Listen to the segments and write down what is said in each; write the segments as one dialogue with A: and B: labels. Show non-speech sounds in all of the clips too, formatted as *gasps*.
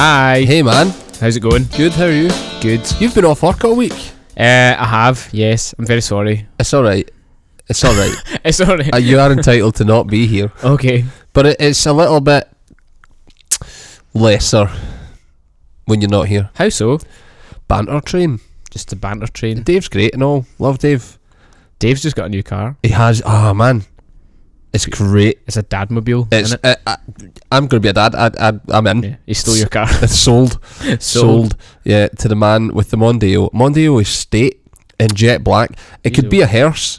A: Hi.
B: Hey man,
A: How's it going?
B: good. How are you?
A: Good.
B: You've been off work all week.
A: Uh, I have. Yes. I'm very sorry. *laughs*
B: It's all right. It's all right.
A: It's alright.
B: Uh, you are entitled to not be here,
A: okay.
B: but it, it's a little bit lesser when you're not here.
A: How so?
B: Banter train.
A: Just a banter train.
B: Dave's great and all. Love Dave.
A: Dave's just got a new car.
B: He has. Ah man, it's great.
A: It's a dad mobile.
B: It's.
A: it?
B: Uh, I, I'm gonna be a dad. I, I, I'm in.
A: Yeah. He stole your
B: *laughs*
A: car.
B: It's sold. sold. Yeah, to the man with the Mondeo. Mondeo estate in jet black. It could be a hearse.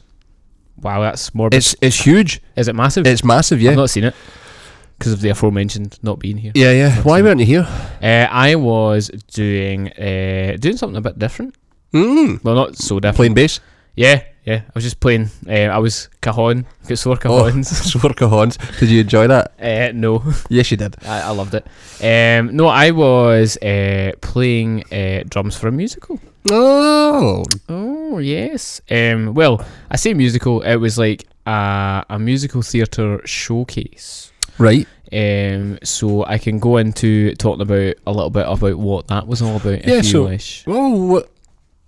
A: Wow, that's morbid.
B: It's it's huge.
A: Is it massive?
B: It's massive.
A: I've
B: Yeah.
A: not seen it because of the aforementioned not being here.
B: Yeah, yeah. Why weren't you here?
A: Uh, I was doing uh, doing something a bit different.
B: Mm.
A: Well, not so different.
B: Playing bass. *laughs*
A: Yeah, yeah. I was just playing. Uh, I was cajon. *laughs* Got sore
B: Oh.
A: cajons.
B: Swerka Horns. Did you enjoy that?
A: Uh, no.
B: Yes, you did.
A: I, I loved it. Um, no, I was uh, playing uh, drums for a musical.
B: Oh,
A: Oh yes. Um, well, I say musical. It was like a, a musical theatre showcase.
B: right.
A: Um, so I can go into talking about a little bit about what that was all about,
B: Yeah,
A: if you
B: so-
A: wish.
B: Well, what?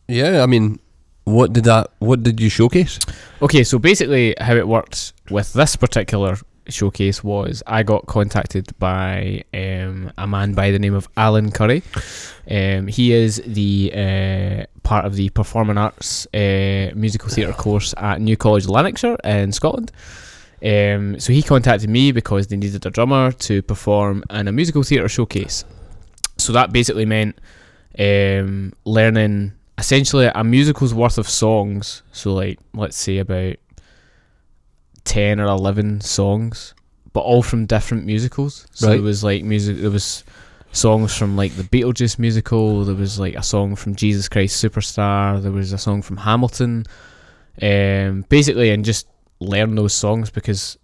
B: Yeah, I mean, what did that? What did you showcase?
A: Okay, so basically, how it worked with this particular showcase was I got contacted by um, a man by the name of Alan Curry. Um, he is the uh, part of the Performing Arts uh, Musical Theatre course at New College Lanarkshire in Scotland. Um, so he contacted me because they needed a drummer to perform in a musical theatre showcase. So that basically meant um, learning essentially a musical's worth of songs. So, like, let's say about 10 or 11 songs, but all from different musicals. So,
B: Right.
A: there was like music, there was songs from like the Beetlejuice musical, there was like a song from Jesus Christ Superstar, there was a song from Hamilton. Um, basically, and just learn those songs because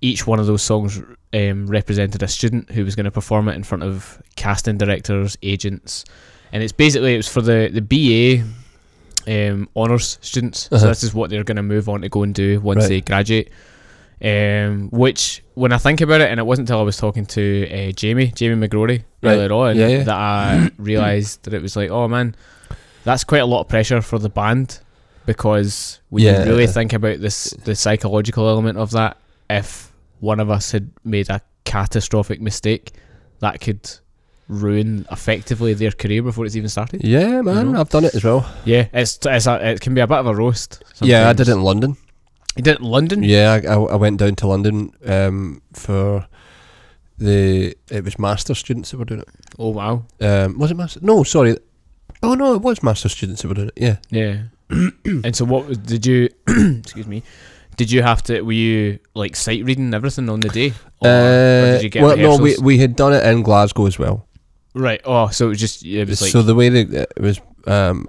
A: each one of those songs um, represented a student who was going to perform it in front of casting directors, agents, and it's basically it was for the the BA um, honors students.
B: Uh-huh.
A: So this is what they're going to move on to go and do once
B: Right.
A: they graduate. Um, which when I think about it, and it wasn't until I was talking to uh, Jamie Jamie McGrory
B: Right.
A: earlier on
B: Yeah, yeah.
A: that
B: *clears throat*
A: I realised that it was like, oh man, that's quite a lot of pressure for the band because when
B: Yeah.
A: you really think about this the psychological element of that if one of us had made a catastrophic mistake that could ruin effectively their career before it's even started
B: Yeah, man,
A: know?
B: I've done it as well.
A: yeah it's, it's a, it can be a bit of a roast
B: Yeah, I
A: sometimes.
B: did it in London.
A: you did it in london
B: Yeah, I, I, I went down to London um, for the. It was master students that were doing it.
A: oh wow
B: Um, was it master? No, sorry. Oh no, it was master students that were doing it. Yeah.
A: yeah *clears throat* and so what was- did you *clears throat* excuse me did you have to were you like sight reading everything on the day
B: Oh,
A: or, or did you get
B: Uh, well, no, we
A: rehearsals?
B: we had done it in Glasgow as well.
A: right oh so it was just it was like
B: so the way that uh, it was um,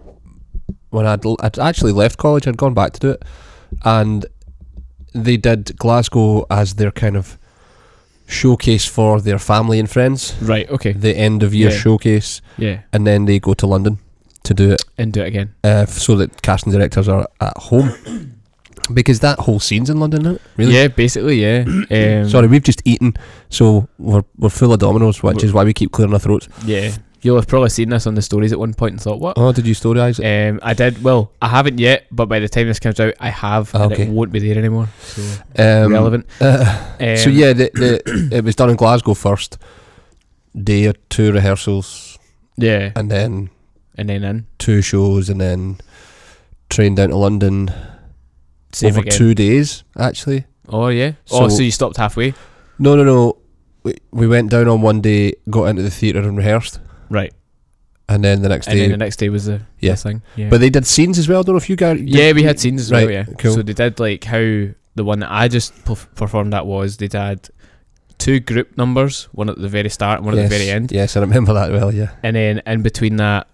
B: when I'd, l- I'd actually left college, I'd gone back to do it, and they did Glasgow as their kind of showcase for their family and friends,
A: right okay
B: the end of year
A: Yeah.
B: showcase,
A: yeah
B: and then they go to London to do it
A: and do it again
B: uh, f- so that casting directors are at home *coughs* because that whole scene's in London, isn't it? Really?
A: Yeah, basically,
B: *clears throat*
A: yeah. Um,
B: Sorry, we've just eaten, so we're, we're full of dominoes, which
A: We're-
B: is why we keep clearing our throats.
A: Yeah. You'll have probably seen this on the stories at one point and thought, what?
B: Oh, did you storyize it?
A: Um, I did. Well, I haven't yet, but by the time this comes out, I have,
B: Ah,
A: and
B: okay.
A: it won't be there anymore. So
B: Um,
A: relevant.
B: uh,
A: Um,
B: so yeah, the, the, *clears throat* it was done in Glasgow first. Day or two rehearsals,
A: yeah,
B: and then
A: and then in
B: two shows, and then train down to London
A: same
B: over
A: again.
B: two days. Actually,
A: Oh yeah. oh,
B: So-
A: so you stopped halfway,
B: no, no, no. We, we went down on one day, got into the theatre and rehearsed,
A: right?
B: and then the next
A: And
B: day.
A: then the next day was the
B: Yeah.
A: the thing. Yeah.
B: but they did scenes as well. I don't know if you guys. did-
A: yeah, we had scenes as well.
B: Right,
A: Yeah.
B: cool.
A: So they did like how the one that I just perf- performed at was they did two group numbers, one at the very start and one at
B: Yes,
A: the very end.
B: Yes, I remember that well. Yeah,
A: and then in between that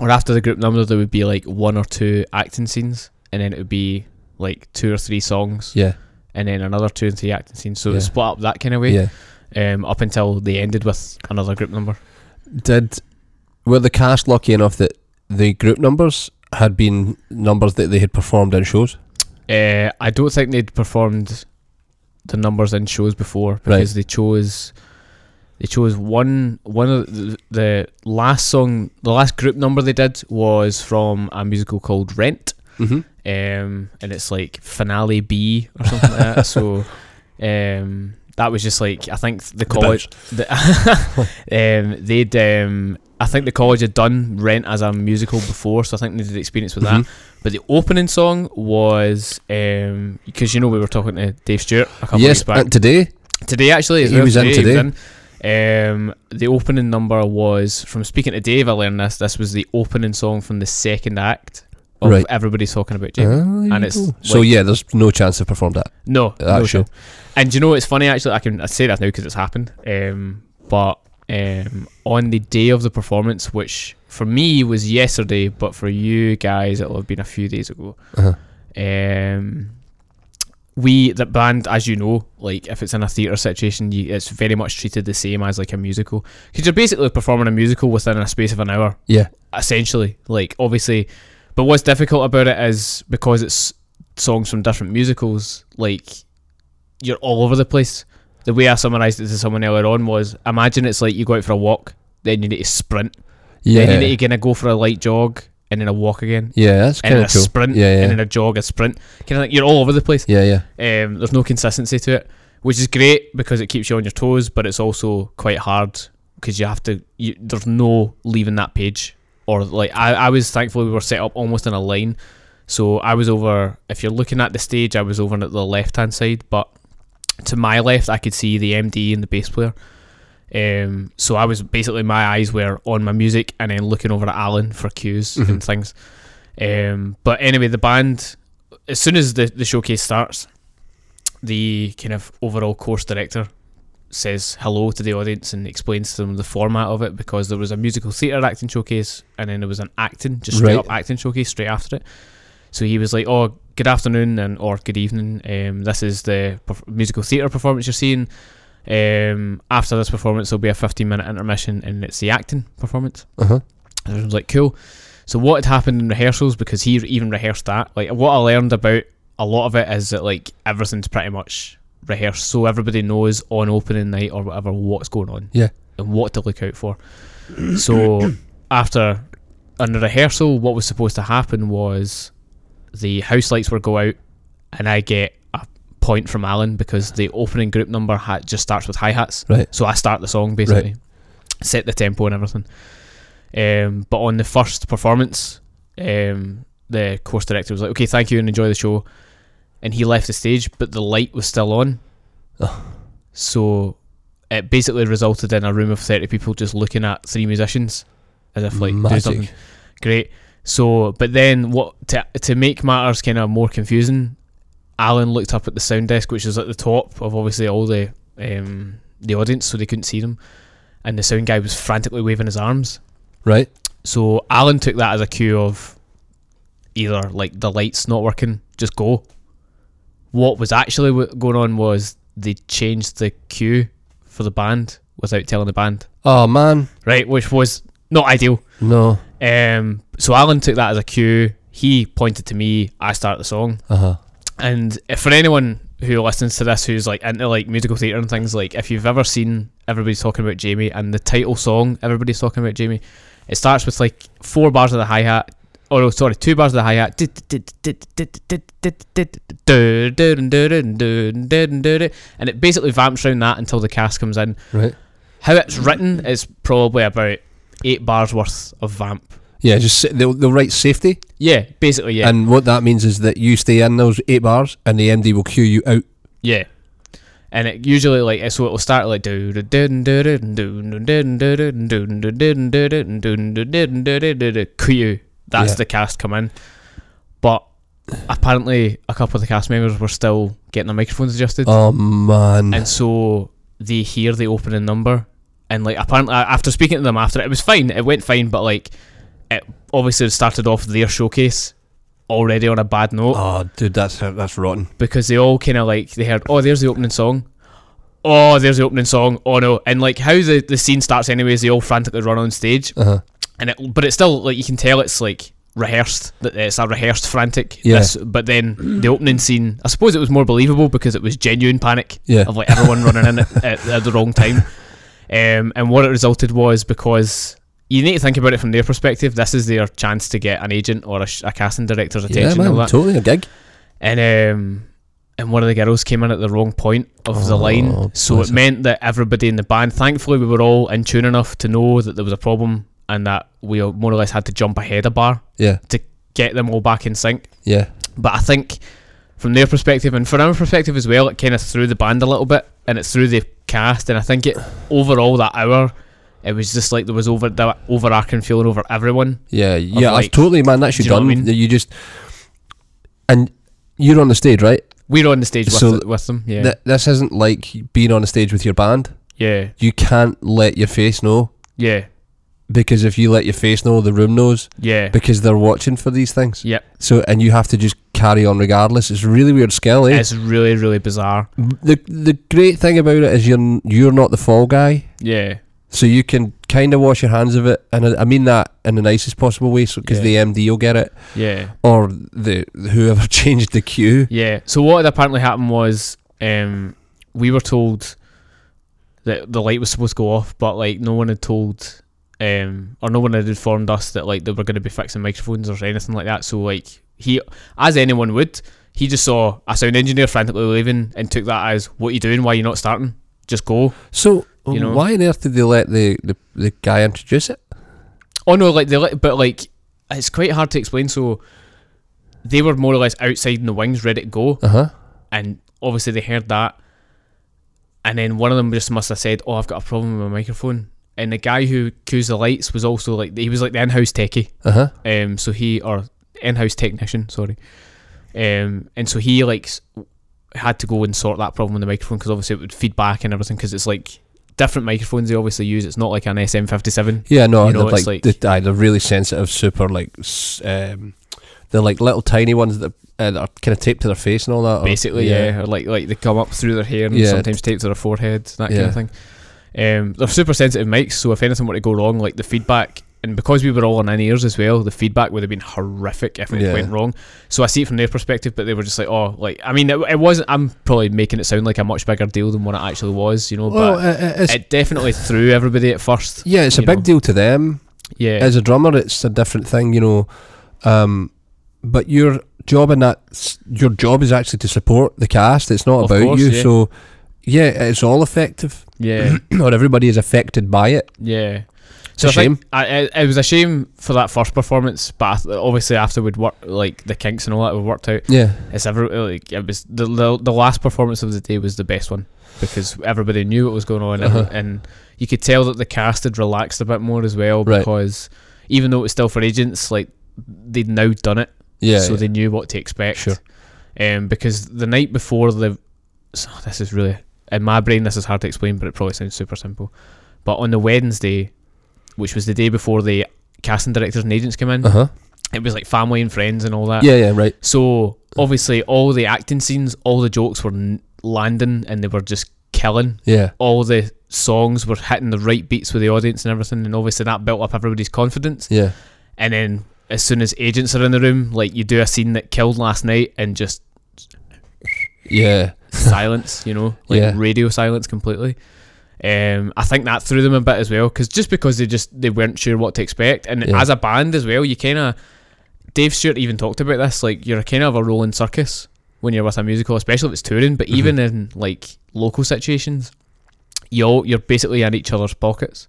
A: or after the group number there would be like one or two acting scenes and then it would be like two or three songs
B: yeah,
A: and then another two and three acting scenes so it
B: Yeah.
A: was split up that kind of way
B: yeah.
A: um, up until they ended with another group number
B: Did were the cast lucky enough that the group numbers had been numbers that they had performed in shows?
A: uh, I don't think they'd performed the numbers in shows before because they chose They chose one one of the, the last song, the last group number they did was from a musical called Rent,
B: Mm-hmm.
A: um, and it's like finale B or something like that.
B: *laughs*
A: So um, that was just like I think the college, the *laughs* um, they'd um, I think the college had done Rent as a musical before, so I think they did experience with
B: Mm-hmm.
A: that. But the opening song was because you know we were talking to Dave Stewart a couple
B: Yes,
A: weeks back
B: and today
A: today actually. as
B: He
A: well,
B: was in today.
A: was in. Um, the opening number was from speaking to Dave. I learned this. This was the opening song from the second act of
B: Right.
A: Everybody's Talking About Jamie.
B: Ah, there
A: and
B: you
A: it's
B: go. so
A: like-
B: yeah. There's no chance they've performed that.
A: No,
B: That
A: no
B: show.
A: shit. And you know it's funny actually. I can I say that now because it's happened. Um, but um, on the day of the performance, which for me was yesterday, but for you guys it'll have been a few days ago.
B: Uh-huh.
A: Um, we the band, as you know, like if it's in a theatre situation, you, it's very much treated the same as like a musical because you're basically performing a musical within a space of an hour
B: Yeah.
A: essentially. Like obviously, but what's difficult about it is because it's songs from different musicals. Like you're all over the place. The way I summarized it to someone earlier on was: imagine it's like you go out for a walk, then you need to sprint, then you
B: Yeah.
A: need to gonna go for a light jog, and then a walk again,
B: Yeah. That's
A: and
B: kind
A: then a
B: of cool.
A: sprint,
B: Yeah, yeah.
A: and then a jog, a sprint. Kind of like you're all over the place.
B: yeah. Yeah.
A: Um, there's no consistency to it, which is great because it keeps you on your toes, but it's also quite hard because you have to. You, there's no leaving that page, or like I, I was thankful we were set up almost in a line, so I was over. If you're looking at the stage, I was over at the left hand side, but to my left, I could see the MD and the bass player. Um, so I was basically my eyes were on my music and then looking over at Alan for cues and things. Um, but anyway, the band, as soon as the, the showcase starts, the kind of overall course director says hello to the audience and explains to them the format of it because there was a musical theatre acting showcase and then there was an acting, just straight
B: Right.
A: up acting showcase straight after it. So he was like, "Oh, good afternoon and or good evening. Um, this is the perf- musical theatre performance you're seeing. Um, after this performance, there'll be a 15 minute intermission and it's the acting performance."
B: Uh huh.
A: And everyone was like, cool. So what had happened in rehearsals, because he even rehearsed that, like what I learned about a lot of it is that like everything's pretty much rehearsed. So everybody knows on opening night or whatever what's going on.
B: Yeah.
A: And what to look out for. So *clears throat* after in the rehearsal, what was supposed to happen was the house lights were go out and I get a point from Alan because the opening group number ha- just starts with hi hats.
B: Right.
A: So I start the song basically, set the tempo and everything. Um, but on the first performance, um, the course director was like, "Okay, thank you and enjoy the show," and he left the stage, but the light was still on.
B: Ugh.
A: so it basically resulted in a room of thirty people just looking at three musicians as if like do
B: Magic.
A: something great. So, but then what to to make matters kind of more confusing, Alan looked up at the sound desk, which is at the top of obviously all the um, the audience, so they couldn't see them, and the sound guy was frantically waving his arms.
B: Right.
A: So Alan took that as a cue of either like the lights not working, just go. What was actually w- going on was they changed the cue for the band without telling the band,
B: Oh man.
A: right? Which was not ideal.
B: No.
A: Um, so Alan took that as a cue. He pointed to me. I start the song.
B: Uh huh.
A: And if for anyone who listens to this who's like into like musical theatre and things, like if you've ever seen Everybody's Talking About Jamie and the title song Everybody's Talking About Jamie, it starts with like four bars of the hi hat. Oh no, sorry, two bars of the hi hat. And it basically vamps around that until the cast comes in.
B: Right.
A: How it's written is probably about eight bars worth of vamp.
B: Yeah. Just sit- they'll they'll write safety,
A: Yeah, basically, yeah.
B: and what that means is that you stay in those eight bars, and the MD will cue you out.
A: Yeah. And it usually like so it will start like do do do do do do do do do do do do do do do do That's
B: Yeah.
A: the cast come in. But apparently a couple of the cast members were still getting their microphones adjusted.
B: Oh man.
A: And so they hear the opening number, and like apparently a- after speaking to them after it, it was fine. It went fine, but like it obviously started off their showcase already on a bad note
B: oh, dude, that's that's rotten.
A: because they all kind of like they heard, oh, there's the opening song. Oh, there's the opening song. Oh no! And like how the, the scene starts, anyways, they all frantically run on stage,
B: Uh huh.
A: and it, but it's still like you can tell it's like rehearsed. That it's a rehearsed frantic.
B: Yeah.
A: Yes. But then the opening scene, I suppose it was more believable because it was genuine panic
B: Yeah. *laughs*
A: of like everyone running in at, at, at the wrong time. Um, and what it resulted was because you need to think about it from their perspective. This is their chance to get an agent or a, sh- a casting director's
B: Yeah,
A: attention. and
B: man,
A: all that.
B: totally a gig.
A: and um, and one of the girls came in at the wrong point of the
B: Oh,
A: line, so
B: bless
A: it
B: her.
A: meant that everybody in the band. Thankfully, we were all in tune enough to know that there was a problem and that we all more or less had to jump ahead a bar
B: Yeah,
A: to get them all back in sync.
B: yeah,
A: But I think from their perspective and from our perspective as well, it kind of threw the band a little bit and it threw the cast. And I think it overall that hour, it was just like there was over that overarching feeling over everyone.
B: yeah, yeah.
A: like-
B: that's totally, man. That's
A: Do
B: you
A: you know what
B: done.
A: I mean?
B: That You just and you're on the stage, right?
A: We were on the stage with,
B: So
A: it, with them. Yeah.
B: Th- this isn't like being on a stage with your band.
A: yeah.
B: You can't let your face know
A: Yeah.
B: because if you let your face know, the room knows
A: Yeah.
B: because they're watching for these things.
A: Yep.
B: So and you have to just carry on regardless. It's really weird skill. Eh?
A: It's really, really bizarre.
B: The the great thing about it is you're n- you're not the fall guy,
A: Yeah.
B: so you can kind of wash your hands of it, and I I mean that in the nicest possible way. So because
A: Yeah.
B: the MD will get it,
A: Yeah.
B: or the whoever *laughs* changed the queue.
A: Yeah. So what had apparently happened was um, we were told that the light was supposed to go off, but like no one had told um, or no one had informed us that like they were going to be fixing microphones or anything like that. So like he, as anyone would, he just saw a sound engineer frantically leaving and took that as what are you doing? Why are you not starting? Just go.
B: So
A: You know.
B: why on earth did they let the, the, the guy introduce it?
A: Oh no, like they let, but like it's quite hard to explain. So they were more or less outside in the wings, ready to go.
B: Uh huh.
A: and obviously they heard that and then one of them just must have said oh i've got a problem with my microphone and the guy who cues the lights was also like he was like the in-house techie
B: Uh huh.
A: um so he or in-house technician sorry um and so he like s- had to go and sort that problem with the microphone because obviously it would feed back and everything because it's like different microphones they obviously use it's not like an sm57
B: Yeah, no,
A: You know,
B: they're like,
A: it's like-
B: the, aye, they're really sensitive, super like s- um, they're like little tiny ones that, uh, that are kind of taped to their face and all that. or-
A: basically yeah. or like like they come up through their hair and
B: Yeah.
A: sometimes taped to their forehead that kind
B: Yeah.
A: of thing um, they're super sensitive mics so if anything were to go wrong like the feedback and because we were all on in ears as well the feedback would have been horrific if it
B: Yeah.
A: went wrong so I see it from their perspective but they were just like oh like I mean it, it wasn't I'm probably making it sound like a much bigger deal than what it actually was you know
B: Well,
A: but
B: uh, uh, it's,
A: it definitely threw everybody at first
B: yeah, it's a
A: you
B: big
A: know.
B: deal to them.
A: yeah
B: As a drummer, it's a different thing, you know. Um, but your job in that, s- your job is actually to support the cast. It's not
A: Of
B: about
A: course,
B: you.
A: yeah.
B: So, yeah, it's all effective, *clears throat*
A: yeah
B: or everybody is affected by it.
A: yeah
B: It's a
A: I think
B: shame.
A: I, it, it was a shame for that first performance, but I th- obviously after we'd worked like the kinks and all that, we worked out.
B: Yeah,
A: It's every like it was the, the the last performance of the day was the best one because everybody knew what was going on and-
B: Uh-huh.
A: and, you could tell that the cast had relaxed a bit more as well
B: Right.
A: because even though it was still for agents, like they'd now done it,
B: yeah.
A: so
B: yeah.
A: they knew what to expect.
B: Sure.
A: Um, because the night before the, so this is really in my brain. This is hard to explain, but it probably sounds super simple. But on the Wednesday, which was the day before the casting directors and agents came in,
B: uh huh.
A: it was like family and friends and all that.
B: Yeah, yeah, right.
A: So obviously, all the acting scenes, all the jokes were n- landing, and they were just killing.
B: Yeah,
A: All the songs were hitting the right beats with the audience and everything, and obviously that built up everybody's confidence.
B: yeah.
A: And then as soon as agents are in the room, like you do a scene that killed last night, and just
B: Yeah,
A: silence, you know, like
B: Yeah.
A: radio silence completely. Um, I think that threw them a bit as well, because just because they just they weren't sure what to expect, and
B: Yeah.
A: as a band as well, you kind of Dave Stewart even talked about this, like you're kind of a rolling circus when you're with a musical, especially if it's touring, but
B: Mm-hmm.
A: even in like local situations, you all, you're basically in each other's pockets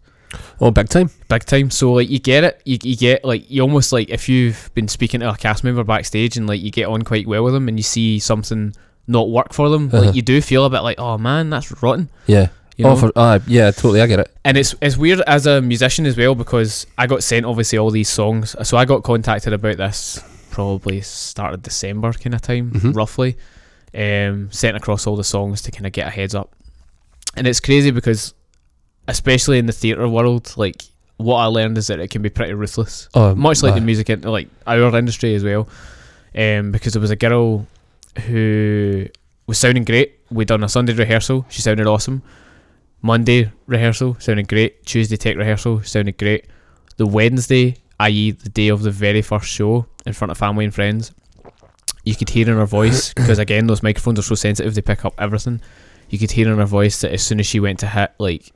B: oh, big time.
A: big time. So like you get it, you, you get like you almost like if you've been speaking to a cast member backstage and like you get on quite well with them and you see something not work for them,
B: Uh-huh.
A: like you do feel a bit like oh man, that's rotten.
B: Yeah.
A: You know?
B: Oh, for, uh, yeah, totally. I get it.
A: and it's it's weird as a musician as well because I got sent obviously all these songs. So I got contacted about this probably start of December kind of time,
B: Mhm.
A: roughly. Um, sent across all the songs to kind of get a heads up, and it's crazy because, especially in the theatre world, like what I learned is that it can be pretty ruthless
B: Oh,
A: much like
B: aye.
A: the music in, like our industry as well um, because there was a girl who was sounding great we done a Sunday rehearsal she sounded awesome Monday rehearsal sounded great Tuesday tech rehearsal sounded great the Wednesday i.e. the day of the very first show in front of family and friends you could hear in her voice because again those microphones are so sensitive they pick up everything you could hear in her voice that as soon as she went to hit like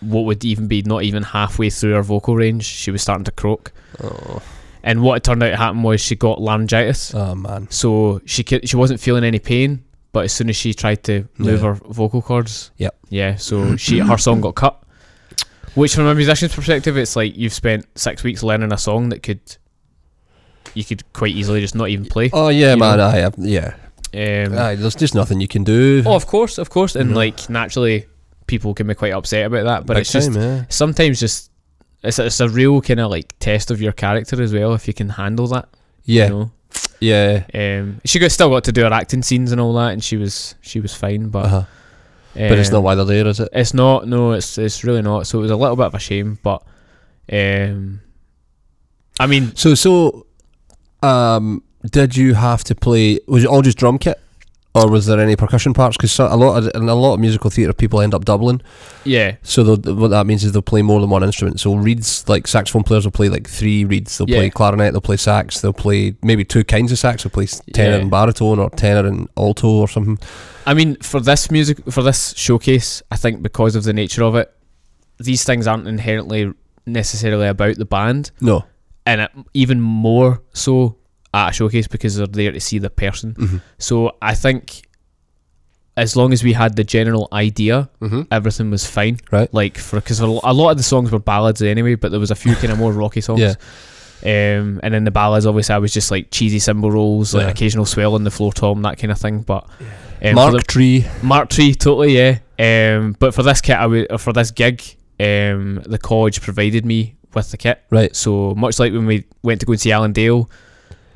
A: what would even be not even halfway through her vocal range, she was starting to croak.
B: Oh,
A: And what it turned out happened was she got laryngitis,
B: oh man.
A: so she cou- she wasn't feeling any pain. But as soon as she tried to move
B: Yeah.
A: her vocal cords,
B: Yep.
A: yeah,
B: *clears throat*
A: so she her song got cut. Which, from a musician's perspective, it's like you've spent six weeks learning a song that could you could quite easily just not even play.
B: Oh Ah, yeah,
A: You
B: man.
A: know?
B: I have yeah.
A: Um,
B: Aye, there's just nothing you can do.
A: Oh, of course, of course, and
B: Mhm.
A: like naturally, people can be quite upset about that. But
B: Big
A: it's just
B: time, yeah.
A: sometimes just it's it's a real kind of like test of your character as well if you can handle that.
B: Yeah,
A: You
B: yeah.
A: know? Um, she got still got to do her acting scenes and all that, and she was she was fine, but
B: Uh-huh. But it's
A: um,
B: not why they're there, is it?
A: It's not. No, it's it's really not. So it was a little bit of a shame, but um, I mean,
B: So so, um, did you have to play? Was it all just drum kit, or was there any percussion parts? Because a lot of, and a lot of musical theatre people end up doubling.
A: yeah,
B: So they'll- what that means is they'll play more than one instrument. So reeds, like saxophone players, will play like three reeds. They'll
A: Yeah.
B: play clarinet. They'll play sax. They'll play maybe two kinds of sax. They'll play s- tenor
A: Yeah.
B: and baritone, or tenor and alto, or something.
A: I mean for this music for this showcase, I think because of the nature of it, these things aren't inherently necessarily about the band.
B: No.
A: and it, even more so at a showcase because they're there to see the person.
B: Mm-hmm.
A: So I think as long as we had the general idea,
B: Mm-hmm.
A: everything was fine.
B: Right.
A: Like for because a lot of the songs were ballads anyway, but there was a few kind of more rocky songs.
B: Yeah.
A: Um, and then the ballads, obviously, I was just like cheesy cymbal rolls, like
B: Yeah.
A: occasional swell on the floor tom, that kind of thing. But um,
B: Mark
A: for
B: Tree.
A: the, Mark Tree, totally, yeah. Um, but for this kit, I w- or for this gig, um, the college provided me with the kit.
B: Right.
A: So much like when we went to go and see Alan Dale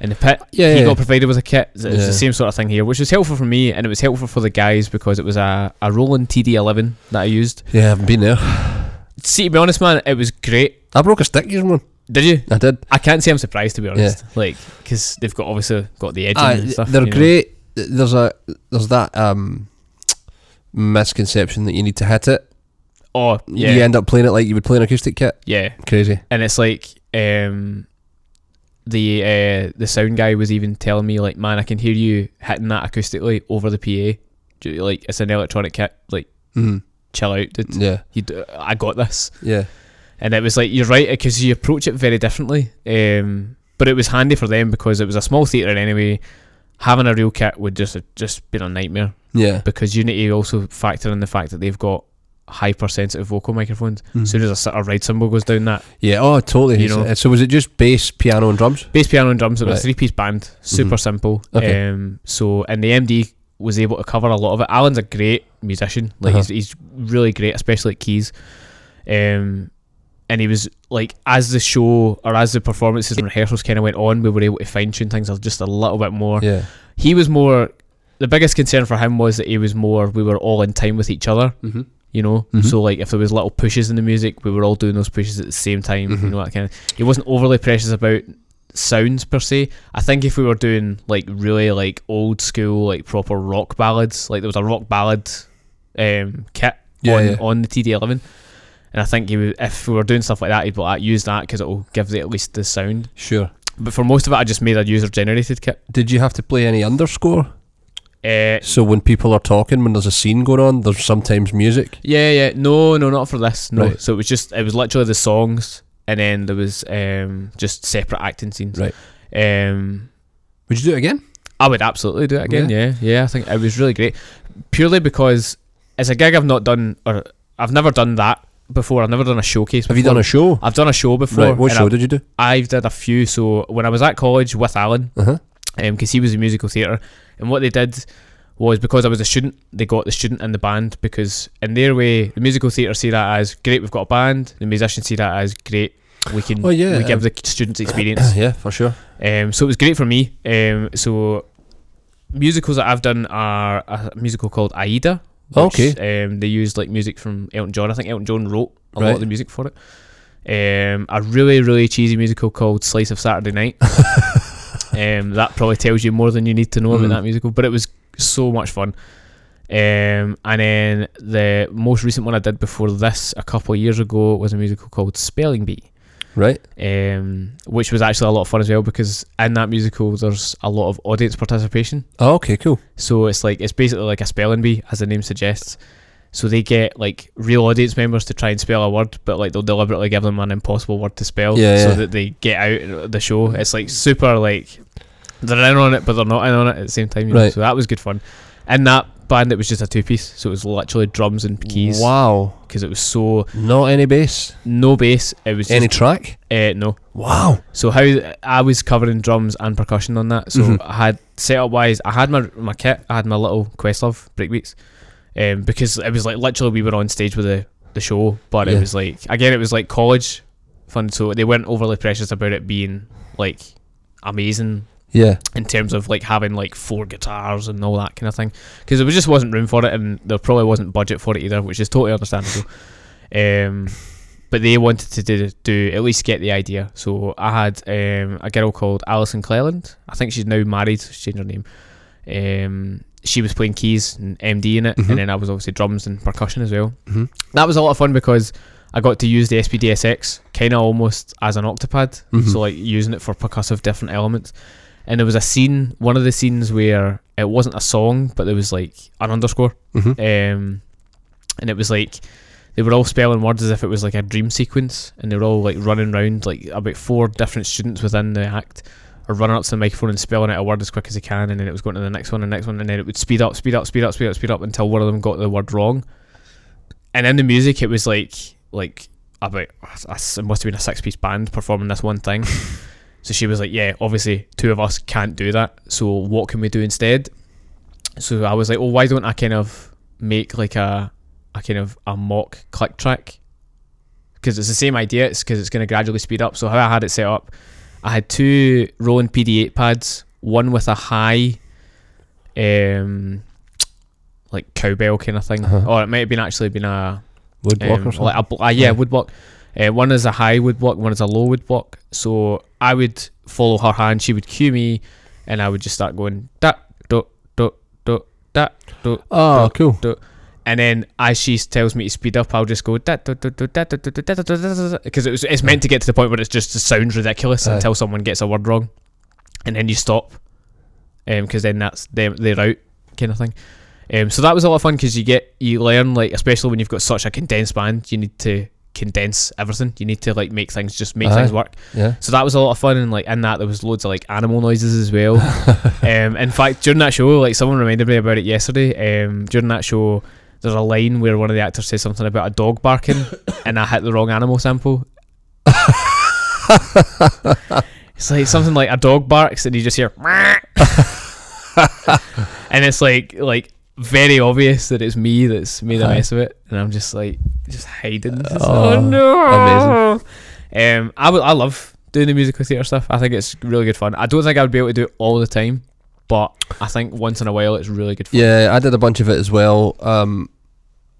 A: in the pit,
B: Yeah.
A: he
B: yeah.
A: got provided with a kit. It's
B: Yeah.
A: the same sort of thing here, which was helpful for me, and it was helpful for the guys because it was a, a Roland TD11 that I used.
B: yeah. I haven't been there.
A: See, to be honest, man, it was great.
B: I broke a stick using one.
A: Did you?
B: I did.
A: I can't say I'm surprised to be honest, Like 'cause they've got obviously got the edge
B: Aye,
A: and stuff.
B: They're
A: you know.
B: great. There's a there's that um, misconception that you need to hit it.
A: Oh yeah,
B: You
A: yeah,
B: end up playing it like you would play an acoustic kit. Crazy.
A: And it's like um, the uh, the sound guy was even telling me like, man, I can hear you hitting that acoustically over the PA. Do you- Like it's an electronic kit, like.
B: Mm.
A: chill out, dude.
B: Yeah,
A: You d- I got this.
B: yeah,
A: And it was like, you're right, because you approach it very differently. Um, but it was handy for them because it was a small theatre anyway. Having a real kit would just just been a nightmare
B: yeah.
A: because you need to also factor in the fact that they've got hypersensitive vocal microphones.
B: Mm.
A: As soon as a, s- a ride cymbal goes down that
B: yeah. Oh, totally.
A: You know.
B: So was it just bass, piano, and drums?
A: bass, piano, and drums, it was
B: Right.
A: a three piece band, super
B: Mhm.
A: simple.
B: Okay.
A: Um, so and the MD was able to cover a lot of it. Alan's a great musician, like
B: Uh-huh.
A: he's, he's really great, especially at keys. Um, and he was like, as the show or as the performances and rehearsals kind of went on, we were able to fine tune things just a little bit more.
B: Yeah.
A: He was more. The biggest concern for him was that he was more. We were all in time with each other,
B: Mm-hmm.
A: you know.
B: Mhm.
A: So like, if there was little pushes in the music, we were all doing those pushes at the same time,
B: Mhm.
A: you know. That kind of. He wasn't overly precious about sounds per se. I think if we were doing like really like old school like proper rock ballads, like there was a rock ballad um, kit
B: Yeah,
A: on
B: yeah.
A: on the TD11, and I think he would, if we were doing stuff like that, he'd be like, use that because it'll give the, at least the sound.
B: Sure.
A: But for most of it, I just made a user generated kit.
B: Did you have to play any underscore?
A: Uh,
B: So when people are talking, when there's a scene going on, there's sometimes music.
A: yeah, yeah, no, no, not for this. No,
B: Right.
A: so it was just it was literally the songs, and then there was um, just separate acting scenes.
B: Right.
A: Um,
B: Would you do it again?
A: I would absolutely do it again. Yeah. yeah, I think it was really great, purely because it's a gig I've not done or I've never done that before. I've never done a showcase.
B: Have you
A: before.
B: done a show?
A: I've done a show before.
B: Right. What
A: and
B: show
A: I've,
B: did you do?
A: I've did a few. So when I was at college with Alan,
B: Uh huh.
A: because Um, he was in musical theatre, and what they did was because I was a student, they got the student in the band because in their way, the musical theatre see that as great. We've got a band. The musicians see that as great. We can.
B: Oh, yeah,
A: We give
B: um,
A: the students experience.
B: Uh, yeah, for sure.
A: Um, so it was great for me. Um, so musicals that I've done are a musical called Aida.
B: Okay.
A: Um, they used like music from Elton John. I think Elton John wrote a lot
B: Right.
A: of the music for it. Um, a really really cheesy musical called Slice of Saturday
B: *laughs*
A: Night. um, that probably tells you more than you need to know
B: Mm.
A: about that musical, but it was so much fun. Um, and then the most recent one I did before this, a couple of years ago, was a musical called Spelling Bee
B: Right.
A: um, which was actually a lot of fun as well because in that musical there's a lot of audience participation.
B: Oh, okay. Cool.
A: So it's like it's basically like a spelling bee, as the name suggests. So they get like real audience members to try and spell a word, but like they'll deliberately give them an impossible word to spell
B: Yeah,
A: so
B: yeah.
A: that they get out the show. It's like super like they're in on it, but they're not in on it at the same time. You know?
B: Right.
A: So that was good fun. And that band, it was just a two piece, so it was literally drums and keys
B: Wow.
A: because it was so
B: Not any bass.
A: no bass. It was
B: Any
A: just,
B: track?
A: uh, no.
B: Wow.
A: So how I was covering drums and percussion on that. So
B: Mhm.
A: I had setup wise, I had my my kit, I had my little Questlove breakbeats, um, because it was like literally we were on stage with the the show, but
B: Yeah.
A: it was like again it was like college funded, so they weren't overly precious about it being like amazing
B: Yeah.
A: in terms of like having like four guitars and all that kind of thing because there was- just wasn't room for it and there probably wasn't budget for it either which is totally understandable um but they wanted to do, do at least get the idea so i had um a girl called alison cleland i think she's now married she's changed her name um she was playing keys and md in it
B: Mhm.
A: and then i was obviously drums and percussion as well
B: Mhm.
A: that was a lot of fun because i got to use the spdsx kind of almost as an octopad
B: Mhm.
A: so like using it for percussive different elements and there was a scene one of the scenes where it wasn't a song but there was like an underscore
B: Mm-hmm.
A: um, and it was like they were all spelling words as if it was like a dream sequence and they were all like running round like about four different students within the act are running up to the microphone and spelling out a word as quick as they can and then it was going to the next one and next one and then it would speed up speed up speed up speed up speed up until one of them got the word wrong and in the music it was like like about a s- it must have been a six piece band performing this one thing so she was like yeah obviously two of us can't do that so what can we do instead so i was like well why don't i kind of make like a a kind of a mock click track because it's the same idea it's because it's going to gradually speed up so how i had it set up i had two roland pd8 pads one with a high um like cowbell kind of thing
B: Uh-huh.
A: or it might have been actually been a
B: Woodblock
A: um,
B: or something.
A: Like a, bl- uh, yeah,
B: Yeah.
A: woodblock. Uh, one is a high woodblock, one is a low woodblock. So I would follow her hand. She would cue me, and I would just start going da do do do da do.
B: oh, cool.
A: And then as she tells me to speed up, I'll just go da do do do da do do do da do do da do because it was it's meant to get to the point where it's just it sounds ridiculous
B: Aye.
A: until someone gets a word wrong, and then you stop, um, because then that's them they're out kind of thing. Um, so that was a lot of fun because you get you learn like especially when you've got such a condensed band, you need to condense everything. You need to like make things just make
B: Aye.
A: things work.
B: Yeah.
A: So that was a lot of fun, and like in that there was loads of like animal noises as
B: *laughs*
A: well. um, in fact, during that show, like someone reminded me about it yesterday. Um, during that show, there's a line where one of the actors says something about a dog
B: *coughs*
A: barking, and I hit the wrong animal sample. it's like something like a dog barks, and you just hear, *laughs* "Meow." and it's like like very obvious that it's me that's made a
B: Aye.
A: mess of it, and I'm just like just hiding. Just,
B: Uh-huh. Oh,
A: oh, no! Amazing. *laughs* Um, I would I love doing the musical theatre stuff. I think it's really good fun. I don't think I would be able to do it all the time, but I think once in a while it's really good fun.
B: Yeah, I did a bunch of it as well. Um,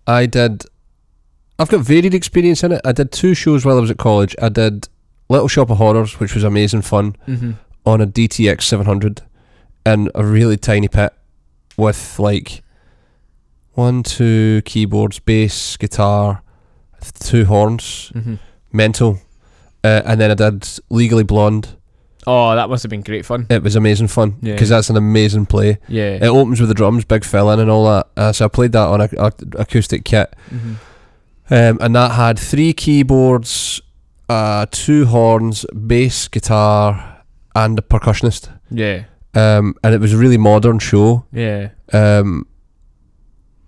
B: I did. I've got varied experience in it. I did two shows while I was at college. I did Little Shop of Horrors, which was amazing fun,
A: Mm-hmm.
B: on a DTX 700 in a really tiny pit with like one, two keyboards, bass, guitar, th- two horns,
A: Mm-hmm.
B: mental. Uh, and then I did Legally Blonde.
A: Oh, that must have been great fun.
B: It was amazing fun
A: Yeah.
B: because that's an amazing play.
A: Yeah.
B: It opens with the drums, big fill in, and all that. Uh, so I played that on a, a acoustic kit,
A: Mhm.
B: um, and that had three keyboards, uh, two horns, bass guitar, and a percussionist.
A: Yeah.
B: Um, and it was a really modern show.
A: Yeah.
B: Um,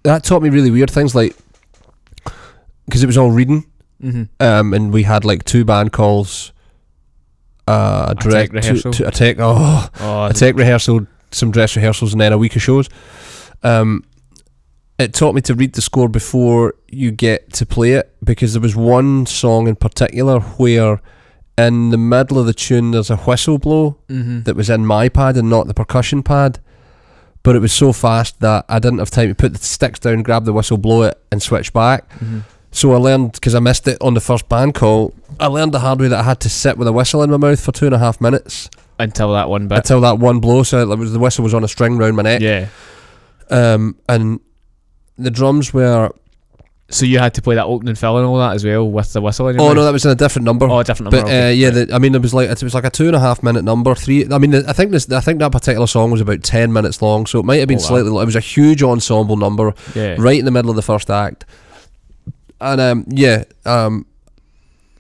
B: that taught me really weird things, like because it was all reading,
A: Mm-hmm.
B: um, and we had like two band calls, uh,
A: A tech
B: direct two-
A: rehearsal.
B: two- a tech. Oh,
A: Oh,
B: a tech rehearsal, some dress rehearsals, and then a week of shows. Um, it taught me to read the score before you get to play it because there was one song in particular where, in the middle of the tune, there's a whistle blow
A: mm-hmm.
B: that was in my pad and not the percussion pad. But it was so fast that I didn't have time to put the sticks down, grab the whistle, blow it, and switch back.
A: mm-hmm.
B: So I learned because I missed it on the first band call. I learned the hard way that I had to sit with a whistle in my mouth for two and a half minutes
A: until that one bit.
B: until that one blow. So it was, the whistle was on a string round my neck.
A: Yeah.
B: Um, and the drums were
A: So you had to play that opening fill and all that as well with the whistle. In your
B: Oh
A: mouth?
B: no, that was in a different number.
A: Oh, a different number.
B: But
A: okay.
B: uh, yeah, the, I mean, it was like it was like a two and a half minute number. Three. I mean, I think this. I think that particular song was about ten minutes long, so it might have been
A: Oh, wow.
B: slightly. It was a huge ensemble number,
A: yeah.
B: right in the middle of the first act, and um, yeah, um,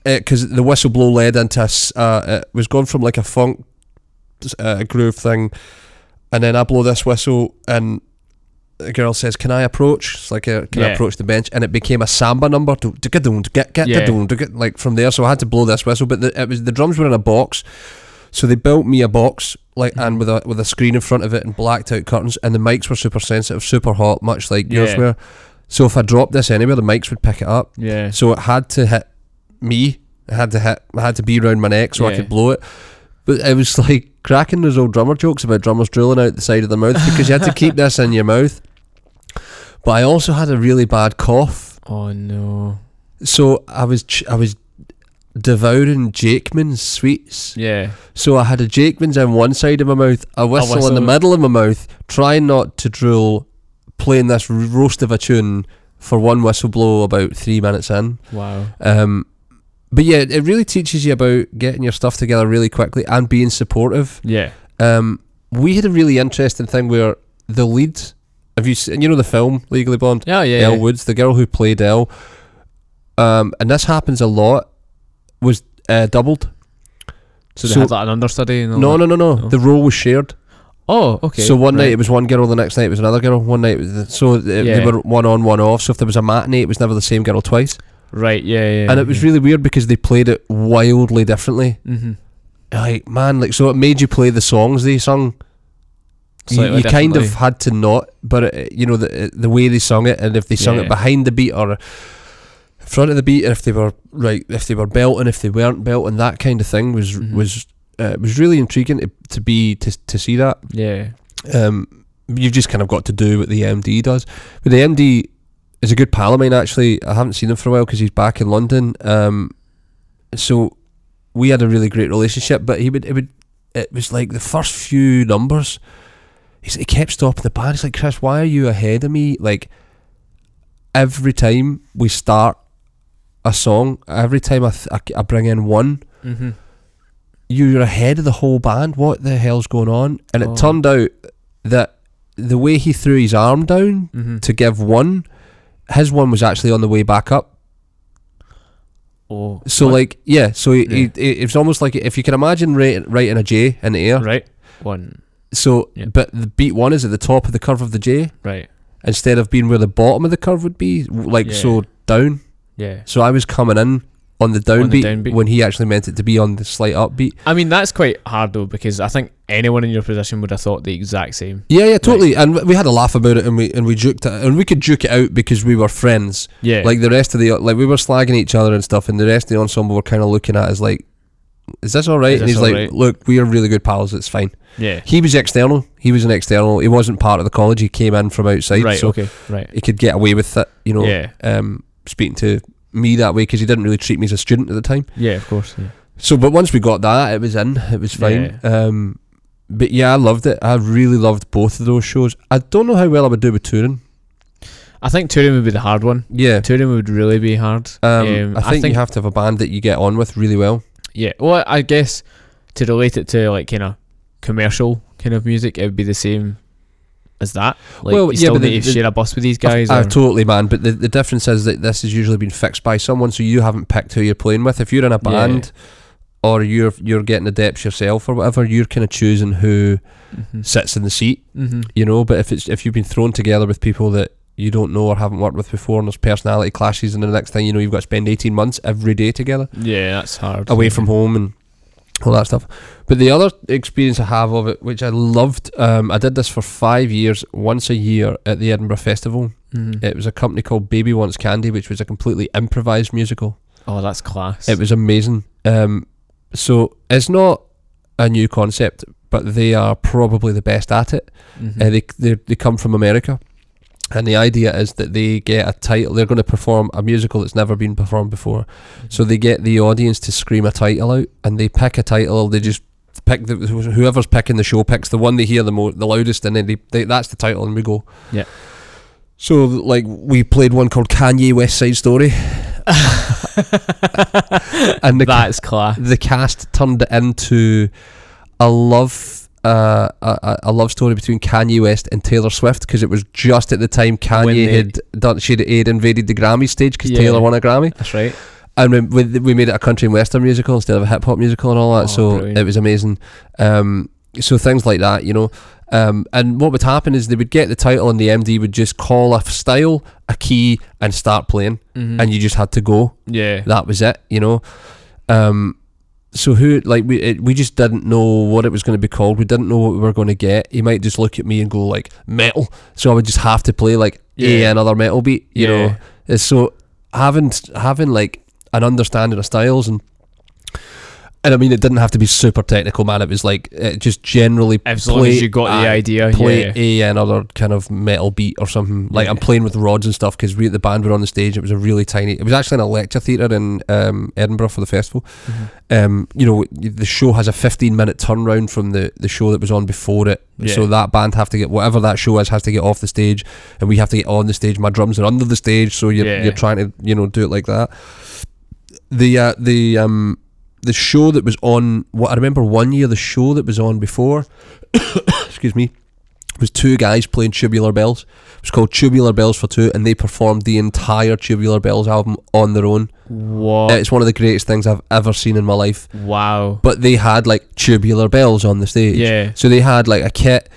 B: because the whistle blow led into a s uh, it was going from like a funk uh, groove thing, and then I blow this whistle and. The girl says, "Can I approach?" It's like, a, "Can I
A: Yeah.
B: approach the bench?" And it became a samba number, do- do- do- do- get get
A: Yeah.
B: do- do- do- like from there. So I had to blow this whistle, but the, it was the drums were in a box, so they built me a box like and with a with a screen in front of it and blacked out curtains, and the mics were super sensitive, super hot, much like yours
A: Yeah.
B: were. So if I dropped this anywhere, the mics would pick it up.
A: Yeah.
B: So it had to hit me. It had to hit. It had to be around my neck so I
A: Yeah.
B: could blow it. But it was *laughs* like cracking those old drummer jokes about drummers drilling out the side of their mouth because you
A: *laughs*
B: had to keep this in your mouth. But I also had a really bad cough,
A: Oh no.
B: so I was ch- I was devouring Jakeman's sweets.
A: Yeah.
B: So I had a Jakeman's in one side of my mouth, a whistle, in the
A: whistle.
B: middle of my mouth, trying not to drool, playing this roast of a tune for one whistle blow about three minutes in.
A: Wow.
B: Um, but yeah, it really teaches you about getting your stuff together really quickly and being supportive.
A: Yeah.
B: Um, we had a really interesting thing where the lead, have you seen, you know the film Legally Blonde?
A: Yeah. Yeah.
B: Elle Woods, the girl who played Elle, um, and this happens a lot, was uh, doubled.
A: So they had like an understudy and all
B: no,
A: that?
B: no, no, no,
A: No.
B: The role was shared.
A: Oh, okay.
B: so one
A: right.
B: night it was one girl, the next night it was another girl. One night, it was the, so it, they
A: Yeah.
B: were one on, one off. So if there was a matinee, it was never the same girl twice.
A: Right. Yeah. Yeah.
B: and it was really weird because they played it wildly differently.
A: Mm-hmm.
B: Like man, like so it made you play the songs they sung. You,
A: Slightly
B: you kind of
A: differently.
B: had to not, but it, you know the uh, the way they sung it, and if they sung it
A: Yeah.
B: behind the beat or in front of the beat, if they were right, if they were belting, if they weren't belting, that kind of thing was
A: Mhm.
B: was uh, was really intriguing to, to be to to see that.
A: Yeah.
B: Um, you've just kind of got to do what the MD does, but the MD is a good pal of mine. Actually, I haven't seen him for a while because he's back in London. Um, so we had a really great relationship, but he would it would it was like the first few numbers. He's, he kept stopping the band. He's like, Chris, why are you ahead of me? Like every time we start a song, every time I th- I, I bring in one,
A: Mm-hmm.
B: you're ahead of the whole band. What the hell's going on? And it
A: Oh.
B: turned out that the way he threw his arm down
A: Mm-hmm.
B: to give one, his one was actually on the way back up.
A: Oh.
B: So
A: one-
B: like, yeah. So he,
A: Yeah.
B: He, it was almost like if you can imagine writing, writing a J in the air.
A: Right. One.
B: So,
A: Yeah.
B: but the beat one is at the top of the curve of the J
A: Right.
B: instead of being where the bottom of the curve would be, w- like
A: Yeah.
B: so down.
A: Yeah.
B: So I was coming in on the downbeat
A: downbeat.
B: when he actually meant it to be on the slight upbeat.
A: I mean, that's quite hard though because I think anyone in your position would have thought the exact same.
B: Yeah, yeah, totally. And w- we had a laugh about it, and we and we juked it, and we could juke it out because we were friends.
A: Yeah.
B: Like the rest of the like, we were slagging each other and stuff, and the rest of the ensemble were kind of looking at us like, "Is this all right?"
A: Is
B: and
A: this
B: he's
A: all
B: like,
A: right?
B: "Look, we are really good pals. It's fine."
A: yeah.
B: He was external. He was an external. He wasn't part of the college. He came in from outside,
A: Right.
B: so
A: okay. Right.
B: he could get away with it. You know,
A: yeah.
B: um, speaking to me that way because he didn't really treat me as a student at the time.
A: Yeah. Of course. Yeah.
B: So, but once we got that, it was in. It was fine. Um, but yeah, I loved it. I really loved both of those shows. I don't know how well I would do with touring.
A: I think touring would be the hard one.
B: Yeah.
A: Touring would really be hard.
B: Um,
A: Um,
B: I, think you have to have a band that you get on with really well.
A: Yeah. Well, I guess to relate it to like kind of commercial kind of music, it would be the same as that. Like,
B: Well,
A: you
B: yeah,
A: still
B: but
A: need
B: the-
A: to
B: the-
A: share a bus with these guys.
B: I,
A: or-
B: totally, man. But the, the difference is that this has usually been fixed by someone, so you haven't picked who you're playing with. If you're in a
A: Yeah.
B: band or you're you're getting the depth yourself or whatever, you're kind of choosing who
A: Mhm.
B: sits in the seat,
A: Mhm.
B: you know. But if it's if you've been thrown together with people that you don't know or haven't worked with before, and there's personality clashes, and the next thing you know, you've got to spend 18 months every day together.
A: Yeah, that's hard.
B: away from home and all that stuff. But the other experience I have of it, which I loved, um, I did this for five years, once a year at the Edinburgh Festival.
A: Mhm.
B: It was a company called Baby Wants Candy, which was a completely improvised musical.
A: Oh, that's class.
B: It was amazing. Um, so it's not a new concept, but they are probably the best at it.
A: Mhm. *laughs*
B: Uh, they, they they come from America, and the idea is that they get a title. They're going to perform a musical that's never been performed before, so they get the audience to scream a title out, and they pick a title. They just pick the wh- whoever's picking the show picks the one they hear the mo the loudest, and then they, they that's the title, and we go.
A: Yeah.
B: So like we played one called Kanye West Side Story, and the
A: That's class.
B: the cast turned it into a love uh, a, a- a love story between Kanye West and Taylor Swift because it was just at the time Kanye
A: When they-
B: had done she had invaded the Grammy stage because
A: Yeah.
B: Taylor won a Grammy
A: That's right.
B: and we, we, we made it a country and western musical instead of a hip hop musical and all that
A: Oh,
B: so
A: brilliant.
B: it was amazing um, so things like that you know um, and what would happen is they would get the title and the MD would just call a f- style a key and start playing
A: Mm-hmm.
B: and you just had to go
A: yeah.
B: that was it, you know. Um, so who like we it, we just didn't know what it was going to be called. We didn't know what we were going to get. He might just look at me and go like metal, so I would just have to play like
A: Yeah.
B: yeah. another metal beat,
A: Yeah.
B: you know. It's so having having like an understanding of styles and and I mean it didn't have to be super technical, man. It was like it just generally
A: As long
B: play-
A: as you got the
B: aye,
A: idea,
B: play
A: yeah.
B: a another kind of metal beat or something. Like I'm
A: Yeah.
B: playing with rods and stuff because we the band were on the stage. It was a really tiny. It was actually in a lecture theatre in um, Edinburgh for the festival.
A: Mhm.
B: Um, you know, the show has a 15 minute turnaround from the the show that was on before it.
A: Yeah.
B: So that band have to get whatever that show is has to get off the stage, and we have to get on the stage. My drums are under the stage, so you're
A: Yeah.
B: you're trying to you know do it like that. The uh, the um. The show that was on, what I remember one year, the show that was on before, *coughs* excuse me, was two guys playing Tubular Bells. It was called Tubular Bells for Two, and they performed the entire Tubular Bells album on their own.
A: What?
B: It's one of the greatest things I've ever seen in my life.
A: wow.
B: But they had like Tubular Bells on the stage.
A: Yeah.
B: So they had like a kit.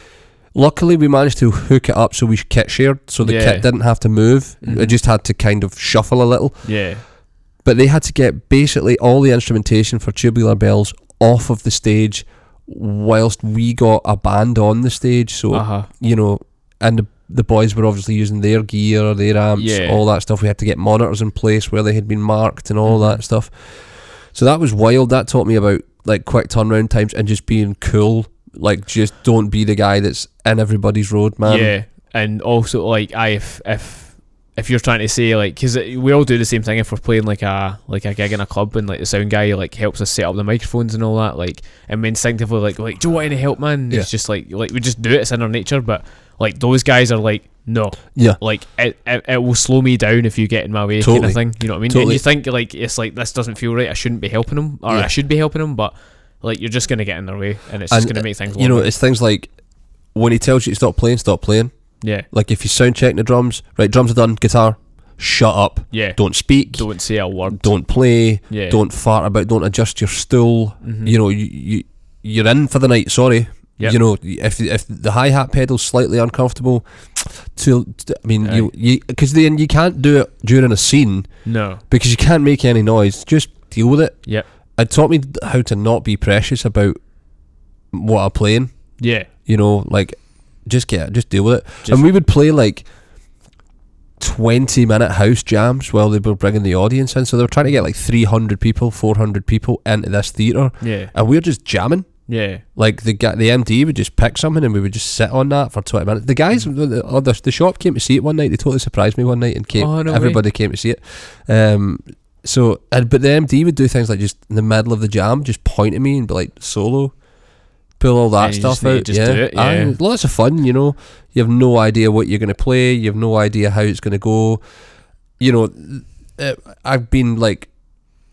B: Luckily, we managed to hook it up so we kit shared, so the
A: Yeah.
B: kit didn't have to move.
A: Mhm.
B: It just had to kind of shuffle a little.
A: Yeah.
B: But they had to get basically all the instrumentation for Tubular Bells off of the stage, whilst we got a band on the stage. So
A: Uh huh.
B: you know, and the, the boys were obviously using their gear, their amps,
A: Yeah.
B: all that stuff. We had to get monitors in place where they had been marked and all
A: Mm-hmm.
B: that stuff. So that was wild. That taught me about like quick turnaround times and just being cool. Like, just don't be the guy that's in everybody's road, man.
A: Yeah, and also like I if if if you're trying to say like because we all do the same thing if we're playing like a like a gig in a club and like the sound guy like helps us set up the microphones and all that like and we instinctively like like do you want any help man
B: Yeah.
A: it's just like like we just do it it's in our nature but like those guys are like no
B: Yeah.
A: like it, it, it will slow me down if you get in my way
B: Totally.
A: kind of thing you know what I mean and
B: Totally.
A: you think like it's like this doesn't feel right I shouldn't be helping them or
B: Yeah.
A: I should be helping them but like you're just gonna get in their way and it's just
B: And,
A: gonna
B: uh,
A: make things
B: You know,
A: longer.
B: it's things like when he tells you to stop playing, stop playing.
A: yeah
B: Like, if you sound checking the drums, right, drums are done, guitar, shut up,
A: yeah don't,
B: don't speak,
A: say a word
B: don't play,
A: yeah
B: don't fart about, don't adjust your stool.
A: Mhm.
B: You know, you, you you're in for the night. Sorry,
A: Yep.
B: you know, if if the hi hat pedal's slightly uncomfortable, to I mean, you you because then you can't do it during a scene
A: No.
B: because you can't make any noise. Just deal with it.
A: Yep.
B: It taught me how to not be precious about what I'm playing.
A: Yeah.
B: You know, like just get it, just deal with it.
A: Just-
B: and we would play like. 20 minute house jams while they were bringing the audience in so they were trying to get like 300 people 400 people into this theatre
A: Yeah.
B: and we were just jamming
A: Yeah.
B: like the guy, the MD would just pick something and we would just sit on that for twenty minutes. The guys, the, or the, the shop came to see it one night. They totally surprised me one night and came.
A: Oh, no way.
B: everybody came to see it. Um, so, and, but the MD would do things like just in the middle of the jam, just point at me and be like solo, pull all that
A: And you
B: stuff
A: just need to
B: out.
A: just
B: yeah,
A: do it,
B: Aye,
A: yeah.
B: lots of fun. You know, you have no idea what you're going to play. You have no idea how it's going to go. You know, it, I've been like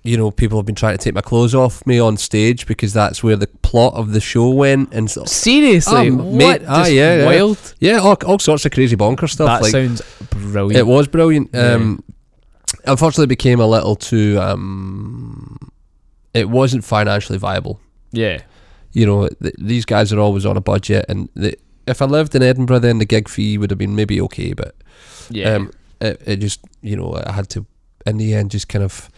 B: you know, people have been trying to take my clothes off me on stage because that's where the plot of the show went, and so,
A: Seriously?
B: Um, mate,
A: Just
B: ah, yeah, yeah.
A: Wild.
B: yeah, all, all sorts of crazy bonker stuff.
A: That
B: like
A: sounds brilliant.
B: it was brilliant. Um, Unfortunately, it became a little too. Um, it wasn't financially viable.
A: yeah.
B: You know, th- these guys are always on a budget, and the, if I lived in Edinburgh, then the gig fee would have been maybe okay, but
A: Yeah.
B: um, it, it just you know I had to in the end just kind of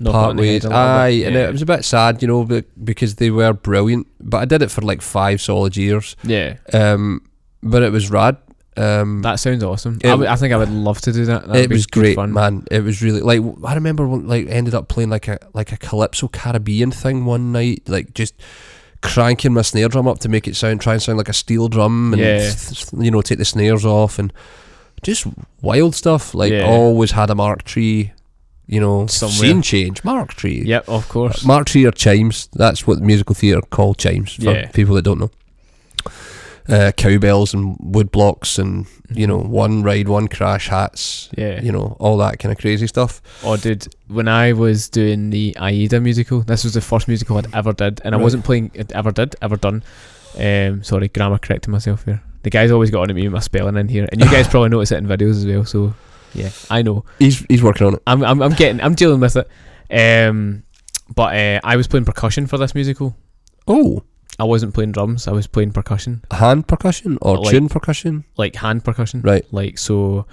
A: Knock it
B: part
A: on the head
B: ways.
A: a little
B: Aye,
A: bit,
B: and
A: yeah.
B: it was a bit sad, you know, be- because they were brilliant. But I did it for like five solid years.
A: yeah.
B: Um, but it was rad. Um,
A: That sounds awesome. I
B: it-
A: would- I think I would love to do that. That'd
B: it
A: be
B: was
A: good
B: great,
A: fun.
B: man. It was really like w- I remember when, like ended up playing like a like a calypso Caribbean thing one night, like just cranking my snare drum up to make it sound try and sound like a steel drum, and
A: Yeah.
B: th- th- you know take the snares off and just wild stuff. Like
A: Yeah.
B: always had a mark tree, you know,
A: Somewhere.
B: scene change, mark tree,
A: Yep, of course.
B: Mark Tree are chimes. That's what the musical theatre call chimes for
A: Yeah.
B: people that don't know. uh, cowbells and wood blocks and you know one ride, one crash hats,
A: Mm-hmm. Yeah.
B: you know all that kind of crazy stuff.
A: Or did when I was doing the Aida musical, this was the first musical I'd ever did, and I
B: Right.
A: wasn't playing I'd ever did ever done. Um, sorry, grammar correcting myself here. The guys always got on at me with my spelling in here, and you
B: *laughs*
A: guys probably notice it in videos as well. So yeah, I know.
B: He's he's working on it.
A: I'm I'm, I'm getting I'm dealing with it. Um, but uh, I was playing percussion for this musical.
B: Oh,
A: I wasn't playing drums. I was playing percussion,
B: hand percussion or
A: Like-
B: tune percussion,
A: like hand percussion.
B: Right.
A: Like so.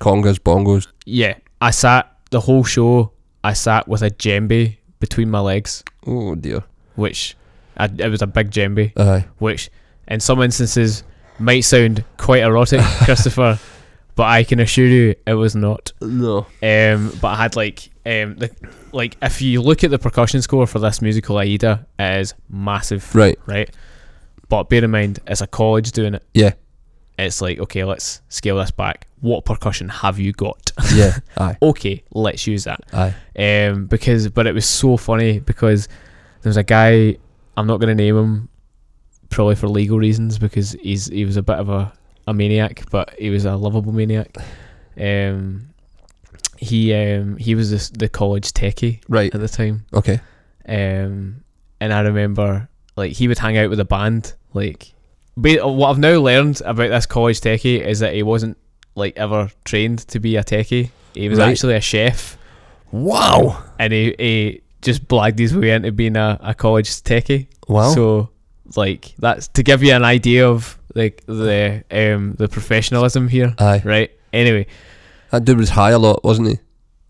B: congas, bongos.
A: Yeah, I sat the whole show. I sat with a djembe between my legs.
B: Oh dear.
A: which I, it was a big djembe,
B: Aye.
A: which in some instances might sound quite
B: *laughs*
A: erotic, Christopher, but I can assure you it was not.
B: No.
A: Um, but I had like um, the, like if you look at the percussion score for this musical Aida, it is massive,
B: Right.
A: right? But bear in mind, it's a college doing it.
B: Yeah.
A: It's like okay, let's scale this back. What percussion have you got? *laughs*
B: Yeah. *laughs* aye.
A: okay, let's use that
B: Aye.
A: um, because but it was so funny because there was a guy I'm not going to name him probably for legal reasons because he's he was a bit of a, a maniac but he was a lovable maniac um, he um, he was this, the college techie
B: Right.
A: at the time
B: Okay.
A: um, and I remember like he would hang out with a band like ba- what I've now learned about this college techie is that he wasn't like ever trained to be a techie he was
B: Right.
A: actually a chef
B: Wow.
A: and he, he just blagged his way into being a, a college techie.
B: Wow.
A: So like that's to give you an idea of like the um the professionalism here,
B: aye.
A: right? Anyway,
B: That dude was high a lot, wasn't he?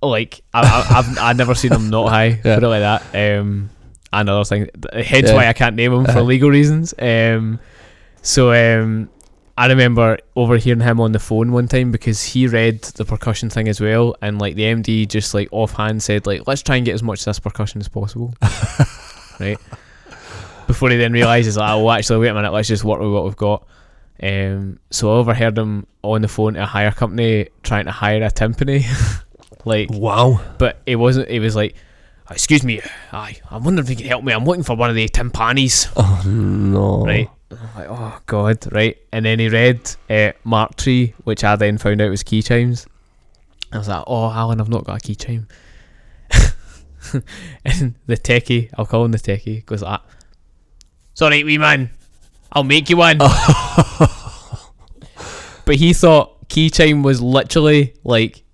A: like I, I, I've *laughs* I've never seen him not high,
B: Yeah.
A: put it like that. Um, and other things. Hence
B: Yeah.
A: why I can't name him for
B: Uh-huh.
A: legal reasons. Um, so um, I remember overhearing him on the phone one time because he read the percussion thing as well, and like the MD just like offhand said like let's try and get as much of this percussion as possible, right? Before he then realizes like oh actually wait a minute let's just work with what we've got. Um, so I overheard him on the phone to a hire company trying to hire a timpani, *laughs* like
B: Wow.
A: but it wasn't. It was like, excuse me, I I'm wondering if you can help me. I'm looking for one of the timpanis,
B: Oh no.
A: right? I'm like, oh god, right. And then he read uh, Mark Tree, which I then found out was key chimes. I was like, oh, Alan, I've not got a key chime. *laughs* and the techie, I'll call him the techie, goes like, sorry, wee man, I'll make you one. but he thought key chime was literally like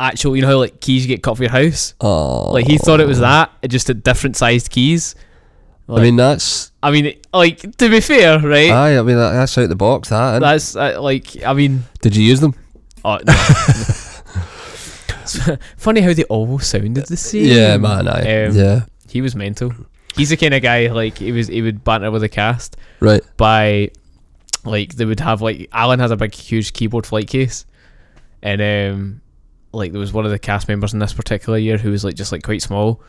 A: actual, you know how like keys you get cut for your house.
B: Oh.
A: Like he thought it was that, it just at different sized keys.
B: I mean that's
A: I mean, like to be fair, right?
B: aye. I mean that, that's out the box. That. innit?
A: That's uh, like, I mean,
B: Did you use them?
A: oh, no. It's *laughs* funny how they all sounded the same.
B: Yeah, man. Aye.
A: Um,
B: yeah.
A: He was mental. He's the kind of guy like he was. He would banter with the cast
B: Right.
A: by, like they would have like Alan has a big huge keyboard flight case, and um, like there was one of the cast members in this particular year who was like just like quite small,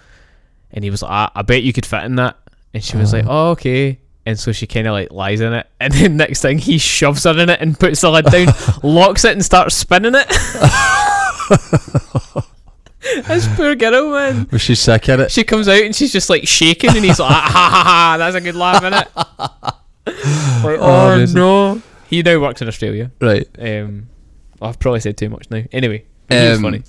A: and he was like, I, I bet you could fit in that, and she was like, oh okay. And so she kind of like lies in it, *laughs* and then next thing he shoves her in it and puts the lid down, locks it and starts spinning it. *laughs* That's poor girl, man.
B: Was she sick in it?
A: She comes out and she's just like shaking, and he's like, *laughs* ha ha ha, that's a good laugh,
B: *laughs*
A: innit? like,
B: Oh,
A: oh,
B: amazing.
A: no. He now works in Australia.
B: Right.
A: Um, I've probably said too much now. Anyway, but he was
B: Um,
A: funny.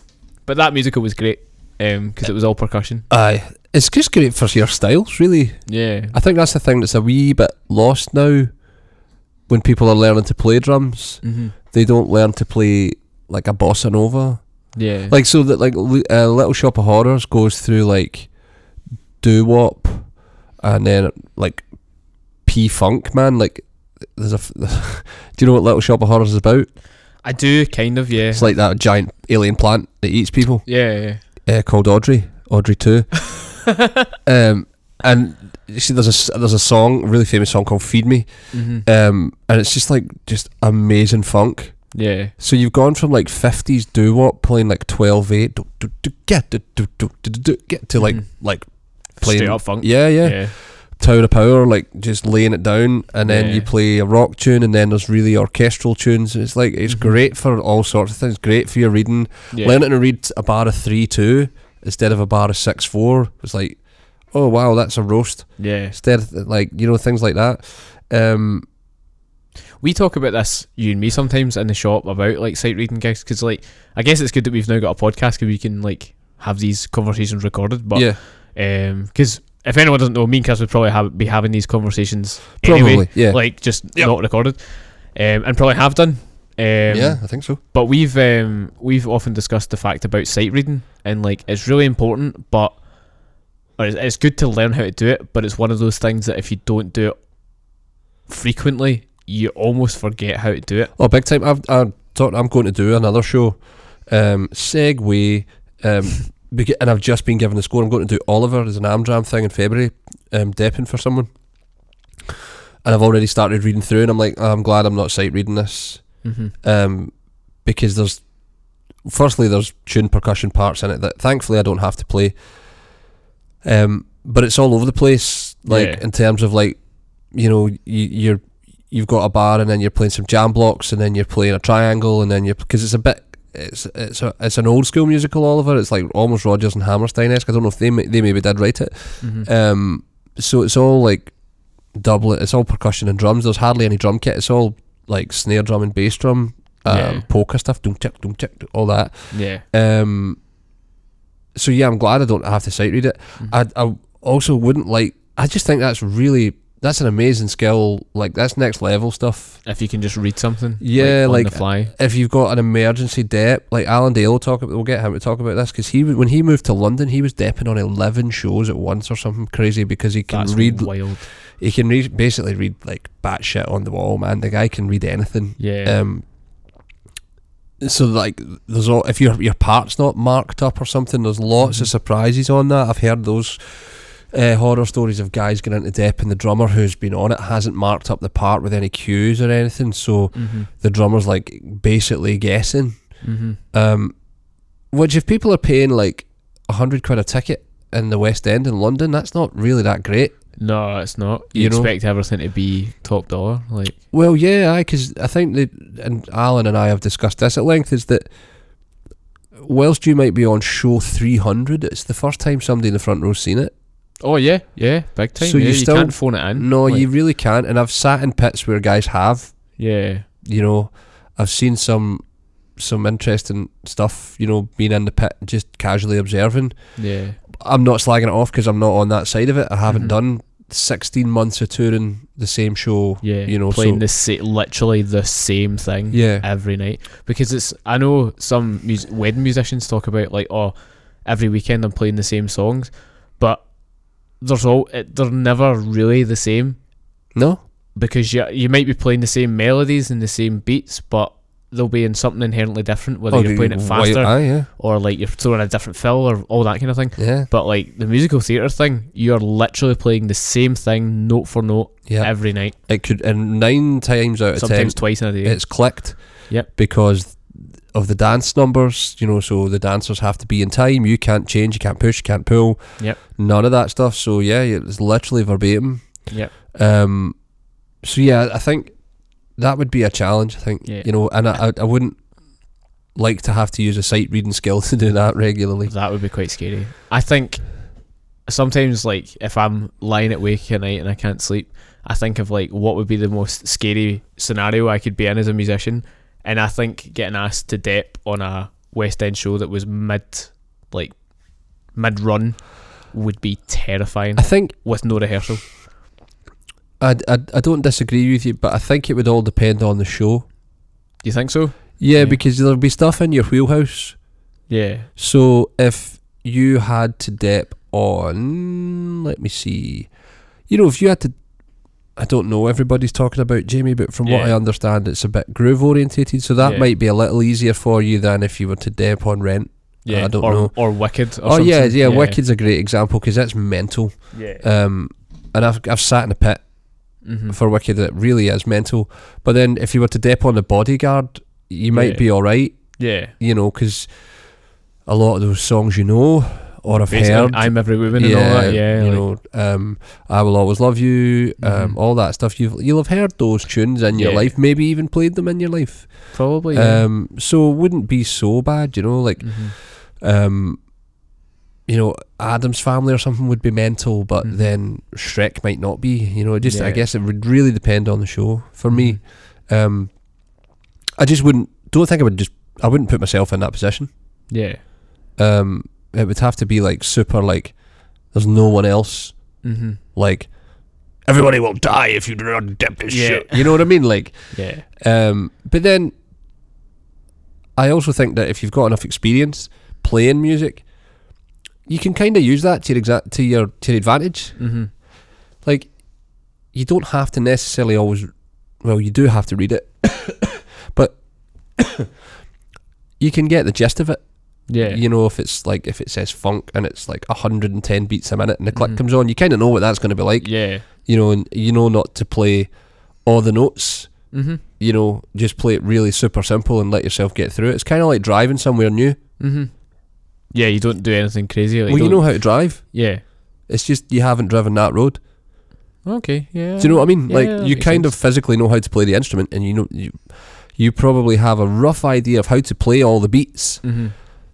A: But that musical was great because it was all percussion.
B: Aye. It's just great for your styles, really.
A: Yeah.
B: I think that's the thing that's a wee bit lost now. When people are learning to play drums,
A: Mm-hmm.
B: they don't learn to play like a bossa nova.
A: Yeah.
B: Like so that like li- uh, Little Shop of Horrors goes through like doo wop and then like P funk man like there's a f- *laughs* do you know what Little Shop of Horrors is about?
A: I do kind of, yeah.
B: It's like that giant alien plant that eats people
A: yeah,
B: uh, called Audrey Audrey
A: *laughs*
B: Two,
A: yeah.
B: um, and you see there's a s- there's a song really famous song called Feed Me,
A: hmm
B: um, and it's just like just amazing funk.
A: Yeah.
B: So you've gone from like 50s doo wop playing like 12 8 do, do, do, get, do, do, do, do, do, get to like
A: Mhm.
B: like playing
A: Straight up funk.
B: Yeah, yeah,
A: Yeah.
B: Tower of Power like just laying it down and then
A: Yeah.
B: you play a rock tune and then there's really orchestral tunes. It's like it's
A: Mhm.
B: great for all sorts of things. Great for your reading.
A: Yeah.
B: Learning to read a bar of 3 2 instead of a bar of 6 4 was like oh wow, that's a roast.
A: yeah.
B: Instead like you know things like that. Um
A: we talk about this you and me sometimes in the shop about like sight reading gigs because like I guess it's good that we've now got a podcast because we can like have these conversations recorded. But
B: yeah,
A: because if anyone doesn't know, me and Chris would probably have, be having these conversations
B: probably.
A: anyway,
B: yeah,
A: like just
B: Yep.
A: not recorded, um, and probably have done. Um,
B: yeah, I think so.
A: but we've um, we've often discussed the fact about sight reading and like it's really important, but or it's, it's good to learn how to do it. But it's one of those things that if you don't do it frequently, you almost forget how to do it.
B: Oh, big time! I've, I'm talk, I'm going to do another show. Um, segue,
A: *laughs*
B: um, beg- and I've just been given the score. I'm going to do Oliver as an Amdram thing in February, um, depping for someone. And I've already started reading through, and I'm like, I'm glad I'm not sight reading this.
A: Mm-hmm.
B: um, because there's firstly there's tuned percussion parts in it that thankfully I don't have to play. Um, but it's all over the place, like
A: Yeah.
B: in terms of like you know you, you're you've got a bar and then you're playing some jam blocks and then you're playing a triangle and then you're because it's a bit. It's it's a, it's an old school musical, Oliver. It's like almost Rogers and Hammerstein esque. I don't know if they ma- they maybe did write it,
A: Mm-hmm.
B: um, so it's all like doublet. It's all percussion and drums. There's hardly any drum kit. It's all like snare drum and bass drum, um,
A: Yeah.
B: poker stuff. Don't tick, don't tick, all that.
A: yeah.
B: Um, so yeah, I'm glad I don't have to sight read it.
A: Mm-hmm.
B: I'd- I I also wouldn't like. I just think that's really that's an amazing skill. Like that's next level stuff.
A: If you can just read something, like,
B: Yeah,
A: on
B: like,
A: the fly.
B: If you've got an emergency dep, like Alan Dale will talk about, we'll get him to talk about this because he w- when he moved to London, he was depping on eleven shows at once or something crazy because he can
A: That's
B: read
A: wild.
B: he can read, basically read like batshit on the wall, man. The guy can read anything.
A: Yeah.
B: Um, so like, there's all if your your part's not marked up or something, there's lots of
A: Mhm.
B: surprises on that. I've heard those uh, horror stories of guys getting into depth, and the drummer who's been on it hasn't marked up the part with any cues or anything, so
A: hmm
B: the drummer's like basically guessing.
A: hmm
B: Um, which if people are paying like a hundred quid a ticket in the West End in London, that's not really that great.
A: No, it's not. You,
B: You know-
A: expect everything to be top dollar, like
B: Well, yeah, I because I think that, and Alan and I have discussed this at length, is that whilst you might be on show 300, it's the first time somebody in the front row's seen it.
A: oh yeah, yeah, big time.
B: So
A: yeah,
B: you
A: you,
B: still-
A: can't phone it in.
B: No,
A: Mm-hmm. like,
B: you really can't. And I've sat in pits where guys have,
A: Yeah,
B: you know, I've seen some some interesting stuff, you know, being in the pit, just casually observing.
A: yeah.
B: I'm not slagging it off because I'm not on that side of it. I haven't
A: Mhm.
B: done 16 months of touring the same show.
A: Yeah,
B: You know,
A: playing
B: so-
A: the sa- literally the same thing
B: Yeah.
A: every night because it's. I know some mus- wedding musicians talk about like, oh, every weekend I'm playing the same songs, but there's all it, they're never really the same
B: No?
A: because you you might be playing the same melodies and the same beats, but they'll be in something inherently different whether
B: Oh,
A: you're playing it
B: why-
A: faster
B: aye, yeah.
A: or like you're throwing a different fill or all that kind of thing.
B: Yeah.
A: But like the musical theatre thing, you're literally playing the same thing note for note
B: Yeah.
A: every night,
B: It could, and nine times out of ten,
A: sometimes twice in a day.
B: it's clicked.
A: Yep.
B: Because of the dance numbers, you know, so the dancers have to be in time. You can't change, you can't push, you can't pull.
A: Yep.
B: None of that stuff. So yeah, it's literally verbatim.
A: Yep.
B: Um. So yeah, I think that would be a challenge. I think
A: Yeah.
B: you know, and I, I- I wouldn't like to have to use a sight reading skill *laughs* to do that regularly.
A: That would be quite scary. I think sometimes, like, if I'm lying awake at night and I can't sleep, I think of like what would be the most scary scenario I could be in as a musician, and I think getting asked to dep on a West End show that was mid, like, mid run, would be terrifying
B: I think
A: with no rehearsal.
B: I, I I don't disagree with you, but I think it would all depend on the show.
A: Do you think so?
B: yeah.
A: Yeah.
B: because there'll be stuff in your wheelhouse.
A: Yeah.
B: So if you had to dip on, let me see, you know, if you had to, I don't know, everybody's talking about Jamie, but from what I
A: Yeah.
B: understand, it's a bit groove orientated, so that
A: Yeah.
B: might be a little easier for you than if you were to dip on rent.
A: Yeah.
B: I don't
A: or,
B: know.
A: Or Wicked. Or
B: oh yeah,
A: something.
B: yeah, Wicked's a great example because that's mental.
A: Yeah.
B: Um, and I've I've sat in a pit
A: hmm
B: for Wicked that really is mental. But then if you were to dip on the bodyguard, you might
A: Yeah.
B: be all right,
A: Yeah.
B: you know, because a lot of those songs you know or have
A: Basically,
B: heard.
A: I'm every woman and all that. Yeah.
B: you
A: like-
B: know, um, I will always love you, um,
A: Mhm.
B: all that stuff. You've you'll have heard those tunes in your
A: Yeah.
B: life, maybe even played them in your life.
A: probably. Yeah.
B: Um, so it wouldn't be so bad, you know, like
A: Mhm.
B: um, you know, Adam's family or something would be mental, but
A: Mhm.
B: then Shrek might not be. You know, it just I
A: Yeah. Mm-hmm.
B: guess it would really depend on the show for me. Um, I just wouldn't. Don't think I would just. I wouldn't put myself in that position.
A: Yeah.
B: Um, it would have to be like super. Like, there's no one else.
A: Mm-hmm.
B: Like, everybody will die if you do not attempt this
A: Yeah.
B: shit. You know what I mean? Like,
A: Yeah.
B: um, but then, I also think that if you've got enough experience playing music, you can kind of use that to your exact to your to your advantage.
A: Mm-hmm.
B: Like, you don't have to necessarily always. Well, you do have to read it, *coughs* but *coughs* you can get the gist of it.
A: Yeah.
B: You know, if it's like if it says funk and it's like 110 beats a minute and the click
A: Mhm.
B: comes on, you kind of know what that's going to be like.
A: Yeah.
B: You know, and you know not to play all the notes
A: Mm-hmm.
B: you know, just play it really super simple and let yourself get through it. It's kind of like driving somewhere new.
A: Mm-hmm. Yeah, you don't do anything crazy. Like
B: well, you
A: don't-
B: know how to drive.
A: Yeah.
B: It's just you haven't driven that road.
A: Okay. Yeah.
B: Do you know what I mean?
A: Yeah, that
B: like you
A: makes
B: kind
A: sense.
B: of physically know how to play the instrument, and you know you you probably have a rough idea of how to play all the beats.
A: Mm-hmm.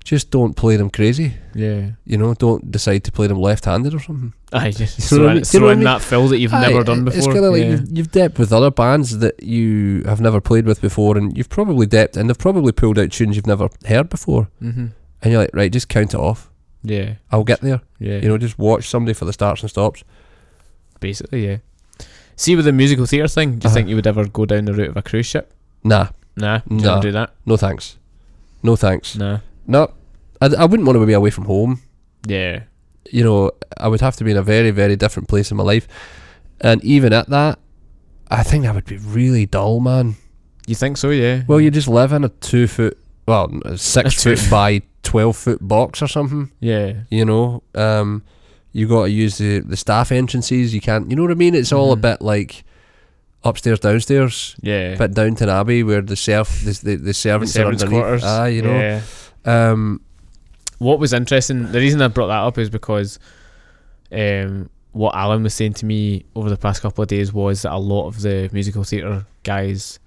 B: Just don't play them crazy.
A: Yeah.
B: You know, don't decide to play them left-handed or something.
A: I just
B: You know what
A: throw,
B: I mean?
A: in,
B: You know
A: throw
B: what I
A: in
B: mean?
A: that fill that you've
B: Aye,
A: never done before.
B: It's kind of like
A: yeah.
B: you've, you've depped with other bands that you have never played with before, and you've probably depped, and they've probably pulled out tunes you've never heard before,
A: Mm-hmm.
B: and you're like, right, just count it off.
A: Yeah.
B: I'll get there.
A: Yeah.
B: You know, just watch somebody for the starts and stops.
A: basically, yeah. See, with the musical theatre thing, do you
B: Uh-huh.
A: think you would ever go down the route of a cruise ship?
B: Nah,
A: Nah. Do you
B: Nah.
A: wanna do that?
B: no thanks. No thanks.
A: Nah.
B: No, I, I wouldn't want to be away from home.
A: Yeah.
B: You know, I would have to be in a very, very different place in my life. And even at that, I think that would be really dull, man.
A: You think so? Yeah.
B: Well, you just live in a two foot, well, n- six
A: two
B: foot by 12 foot box or something,
A: Yeah.
B: you know. Um, you got to use the, the staff entrances. You can't, you know what I mean? It's all
A: Mhm.
B: a bit like upstairs, downstairs.
A: Yeah.
B: But Downton Abbey, where the serf, the the, the
A: The
B: servants are
A: servants'
B: underneath.
A: quarters.
B: Ah, you know.
A: Yeah.
B: Um,
A: what was interesting the reason I brought that up is because um what Alan was saying to me over the past couple of days was that a lot of the musical theatre guys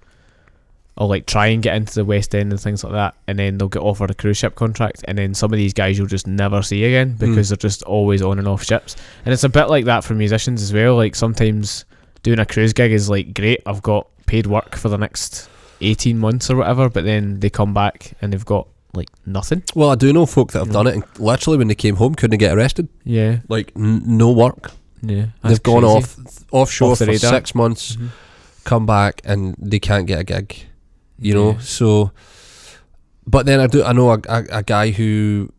A: will like try and get into the West End and things like that and then they'll get offered a cruise ship contract and then some of these guys you'll just never see again because
B: Mm.
A: they're just always on and off ships. And it's a bit like that for musicians as well. Like sometimes doing a cruise gig is like great, I've got paid work for the next eighteen months or whatever, but then they come back and they've got like nothing.
B: well, I do know folk that have
A: Yeah.
B: done it, and literally when they came home, couldn't get arrested.
A: Yeah.
B: Like n- no work.
A: Yeah, Mm-hmm.
B: They've gone off offshore
A: Off the
B: for
A: radar.
B: six months, come back, and they can't get a gig. You know,
A: Yeah.
B: so. But then I do. I know a, a, a guy who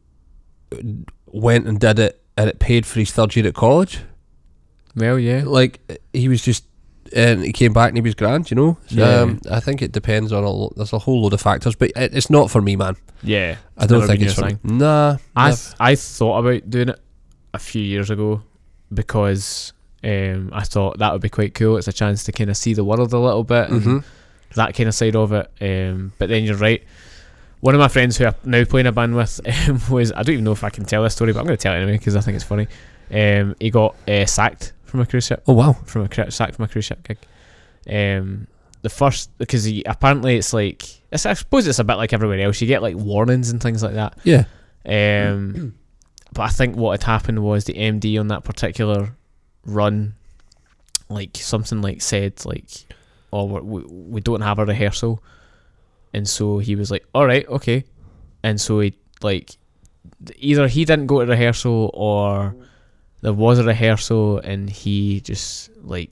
B: went and did it, and it paid for his third year at college.
A: Well, yeah,
B: Like he was just, and he came back and he was grand. You know,
A: Yeah.
B: um, I think it depends on a lo- there's a whole load of factors, but it, it's not for me, man.
A: yeah.
B: I don't
A: never
B: think
A: been
B: it's
A: your
B: for me. Nah,
A: I
B: nah.
A: th- I thought about doing it a few years ago because um, I thought that would be quite cool. It's a chance to kind of see the world a little bit and
B: Mhm.
A: that kind of side of it. Um, but then you're right. One of my friends who I'm now playing a band with *laughs* um, was I don't even know if I can tell this story, but I'm going to tell it anyway because I think it's funny. Um, he got uh, sacked from a cruise ship.
B: Oh wow.
A: from a cru- sack from a cruise ship gig. Um, the first because he, apparently it's like it's, I suppose it's a bit like everywhere else. You get like warnings and things like that.
B: Yeah.
A: Um, but I think what had happened was the MD on that particular run, like something like said like, "Oh, we're, we we don't have a rehearsal," and so he was like, "All right, okay," and so he like th- either he didn't go to rehearsal or there was a rehearsal and he just like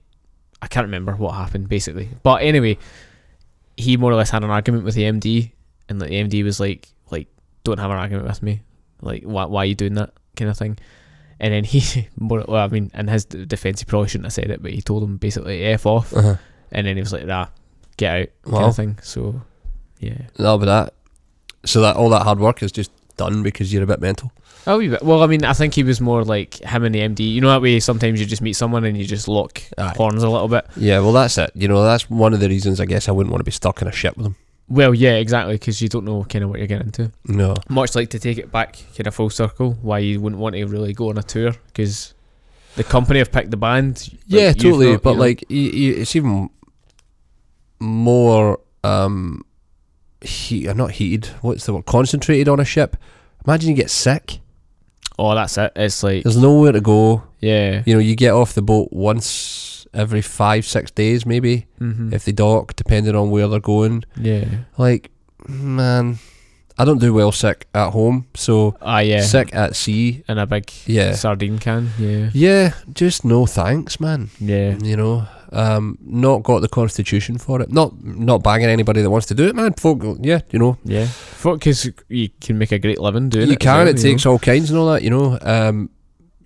A: I can't remember what happened basically. But anyway, he more or less had an argument with the MD and like, the MD was like like don't have an argument with me. Like why why are you doing that kind of thing? And then he *laughs* more well I mean in his d- defense he probably shouldn't have said it, but he told him basically f off
B: Uh-huh.
A: and then he was like nah, get out kind
B: Wow.
A: of thing. So yeah.
B: That'll be that. So that all that hard work is just done because you're a bit mental.
A: Oh, you bet. well, I mean, I think he was more like him and the MD. You know that way sometimes you just meet someone and you just lock
B: Aye.
A: horns a little bit.
B: Yeah. Well, that's it. You know, that's one of the reasons I guess I wouldn't want to be stuck in a ship with them.
A: Well, yeah, exactly, because you don't know kind of what you're getting into.
B: No.
A: Much like to take it back kind of full circle, why you wouldn't want to really go on a tour because the company have picked the band. like,
B: Yeah,
A: you've
B: totally.
A: not,
B: but
A: you know.
B: like, y y it's even more um, heat. Or not heated. What's the word? Concentrated on a ship. Imagine you get sick.
A: oh, that's it. It's like,
B: There's nowhere to go.
A: yeah,
B: You know, you get off the boat once every five, six days, maybe,
A: Mm-hmm.
B: if they dock, depending on where they're going.
A: yeah.
B: Like, man, I don't do well sick at home, so
A: Ah, yeah.
B: sick at sea.
A: In a big
B: Yeah.
A: sardine can. Yeah.
B: Yeah, just no thanks, man.
A: Yeah.
B: You know, um, not got the constitution for it. Not not banging anybody that wants to do it, man. Folk, yeah, you know,
A: Yeah. Fuck, because you can make a great living doing it.
B: Mm. you
A: as
B: can.
A: well,
B: it
A: you
B: takes
A: know.
B: all kinds and all that. You know, um,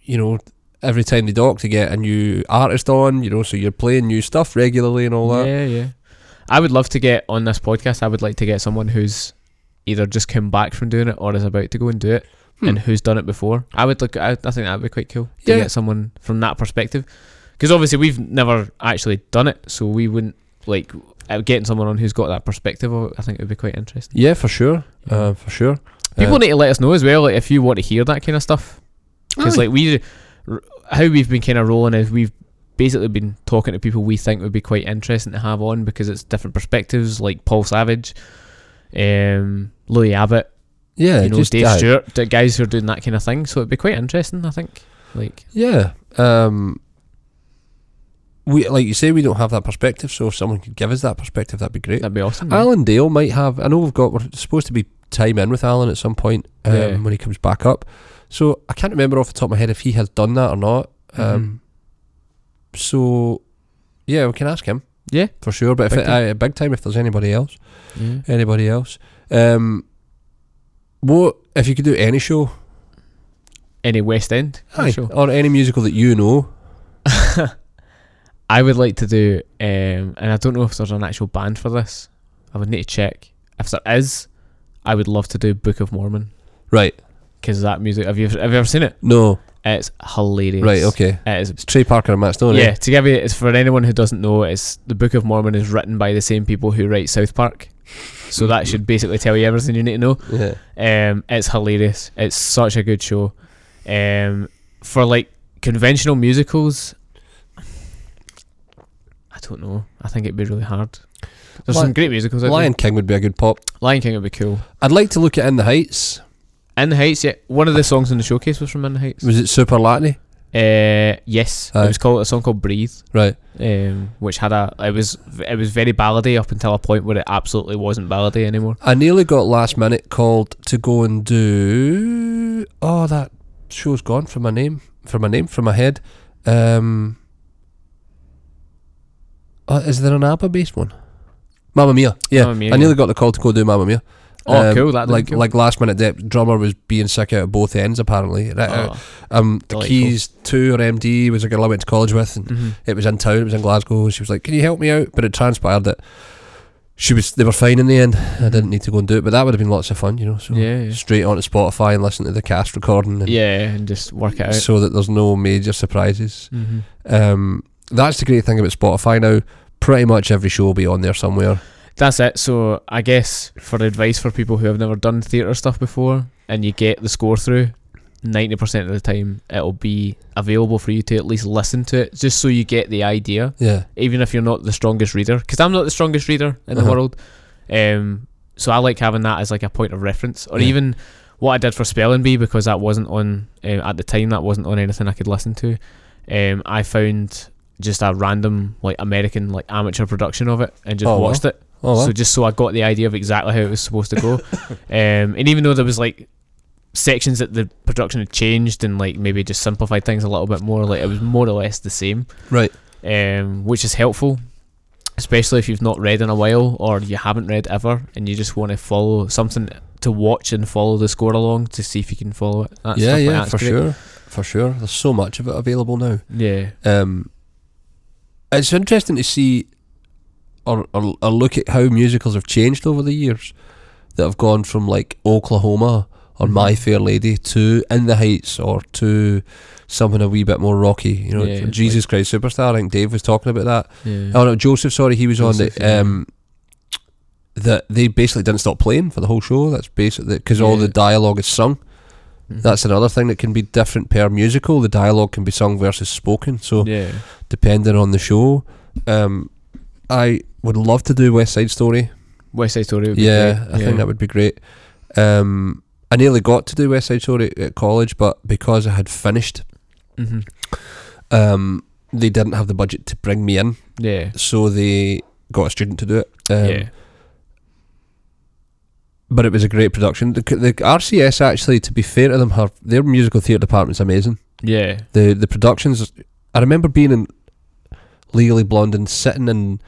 B: you know, every time they dock, they get a new artist on. You know, so you're playing new stuff regularly and all that.
A: Yeah, yeah. I would love to get on this podcast. I would like to get someone who's either just come back from doing it or is about to go and do it,
B: Hmm.
A: and who's done it before. I would look. I, I think that would be quite cool to
B: Yeah.
A: get someone from that perspective, because obviously we've never actually done it, so we wouldn't like uh, getting someone on who's got that perspective. Of it, I think it would be quite interesting.
B: Yeah, for sure. Uh, for sure.
A: People
B: Uh,
A: need to let us know as well, like if you want to hear that kind of stuff, because
B: Aye.
A: like we, r- how we've been kind of rolling is we've basically been talking to people we think would be quite interesting to have on because it's different perspectives, like Paul Savage, um, Louis Abbott,
B: yeah,
A: you know,
B: Uh, just
A: Dave
B: aye.
A: Stewart, the guys who are doing that kind of thing. So it'd be quite interesting, I think. Like,
B: Yeah. Um, we like you say we don't have that perspective, so if someone could give us that perspective, that'd be great.
A: that'd be awesome. man.
B: Alan Dale might have. I know we've got. We're supposed to be time in with Alan at some point um,
A: Yeah.
B: when he comes back up. So I can't remember off the top of my head if he has done that or not. Um, So yeah, we can ask him.
A: Mm-hmm. Yeah.
B: for sure. But if
A: Big
B: it,
A: time.
B: aye, big time, if there's anybody else,
A: Yeah.
B: anybody else. Um, what if you could do any show
A: Any West End
B: aye,
A: show?
B: or any musical that you know?
A: *laughs* I would like to do, um, and I don't know if there's an actual band for this. I would need to check. If there is, I would love to do Book of Mormon
B: Right.
A: because that music. Have you have you ever seen it?
B: No.
A: It's hilarious.
B: Right. Okay.
A: It is.
B: It's Trey Parker and Matt Stone. eh?
A: Yeah. To give you, it's for anyone who doesn't know, it's the Book of Mormon is written by the same people who write South Park. So
B: *laughs*
A: that should basically tell you everything you need to know.
B: Yeah.
A: Um, it's hilarious. It's such a good show. Um, for like conventional musicals, I don't know. I think it'd be really hard. There's
B: Lion-
A: some great musicals. out there.
B: Lion King would be a good pop.
A: Lion King would be cool.
B: I'd like to look at In the Heights.
A: In the Heights, yeah. One of the songs in the showcase was from In the Heights.
B: Was it Super Latney?
A: Uh, yes,
B: Mm. Aye.
A: it was called a song called "Breathe,"
B: Right.
A: um, which had a it was it was very ballady up until a point where it absolutely wasn't ballady anymore.
B: I nearly got last minute called to go and do. Oh, that show's gone from my name, from my name, from my head. Um, uh, is there an ABBA based one? Mamma Mia. Yeah,
A: Mamma Mia,
B: I nearly got the call to go do Mamma Mia.
A: Oh,
B: Um,
A: cool! That
B: like
A: like cool.
B: like last minute depth. Drummer was being sick out of both ends apparently. Right, uh,
A: Oh,
B: um, the
A: delightful.
B: keys two or MD was a girl I went to college with, and
A: mhm.
B: it was in town. It was in Glasgow. She was like, "Can you help me out?" But it transpired that she was. They were fine in the end. I didn't need to go and do it, but that would have been lots of fun, you know. So
A: yeah, yeah,
B: straight on to Spotify and listen to the cast recording, and
A: yeah, and just work it out.
B: so that there's no major surprises.
A: mm-hmm.
B: Um, that's the great thing about Spotify now. Pretty much every show will be on there somewhere.
A: That's it. So I guess for advice for people who have never done theatre stuff before and you get the score through, ninety percent of the time it'll be available for you to at least listen to it, just so you get the idea,
B: Yeah,
A: even if you're not the strongest reader. Because I'm not the strongest reader in the
B: Uh-huh.
A: world, um, so I like having that as like a point of reference, or
B: Yeah.
A: even what I did for spelling bee because that wasn't on um, at the time. That wasn't on anything I could listen to. Um, I found just a random like American like amateur production of it and just
B: Oh, wow.
A: watched it
B: oh, wow.
A: so just so I got the idea of exactly how it was supposed
B: *laughs*
A: to go. um, and even though there was like sections that the production had changed and like maybe just simplified things a little bit more, like it was more or less the same.
B: Right.
A: Um, which is helpful, especially if you've not read in a while or you haven't read ever and you just want to follow something to watch and follow the score along to see if you can follow it. That
B: yeah,
A: stuff like
B: yeah,
A: that's
B: for
A: great.
B: sure, for sure. There's so much of it available now.
A: Yeah.
B: Um, it's interesting to see or, or, or look at how musicals have changed over the years that have gone from like Oklahoma or
A: Mhm.
B: My Fair Lady to In the Heights or to something a wee bit more rocky. You know,
A: Yeah,
B: Jesus Christ Superstar. I think Dave was talking about that.
A: Yeah.
B: Oh no, Joseph. Sorry, he was
A: Joseph,
B: on
A: yeah.
B: the. Um, that they basically didn't stop playing for the whole show. That's basically because all
A: Yeah.
B: the dialogue is sung.
A: Mhm.
B: That's another thing that can be different per musical. The dialogue can be sung versus spoken. So
A: yeah.
B: depending on the show. Um, I would love to do West Side Story.
A: West Side Story. Would be
B: Yeah,
A: great.
B: I think that would be great. Um, I nearly got to do
A: Mm-hmm.
B: West Side Story at college, but because I had finished,
A: Mhm.
B: um, they didn't have the budget to bring me in,
A: Yeah.
B: so they got a student to do it. Um,
A: yeah.
B: But it was a great production. The, the RCS actually, to be fair to them, her their musical theatre department's amazing.
A: Yeah.
B: The the productions. I remember being in Legally Blonde and sitting in.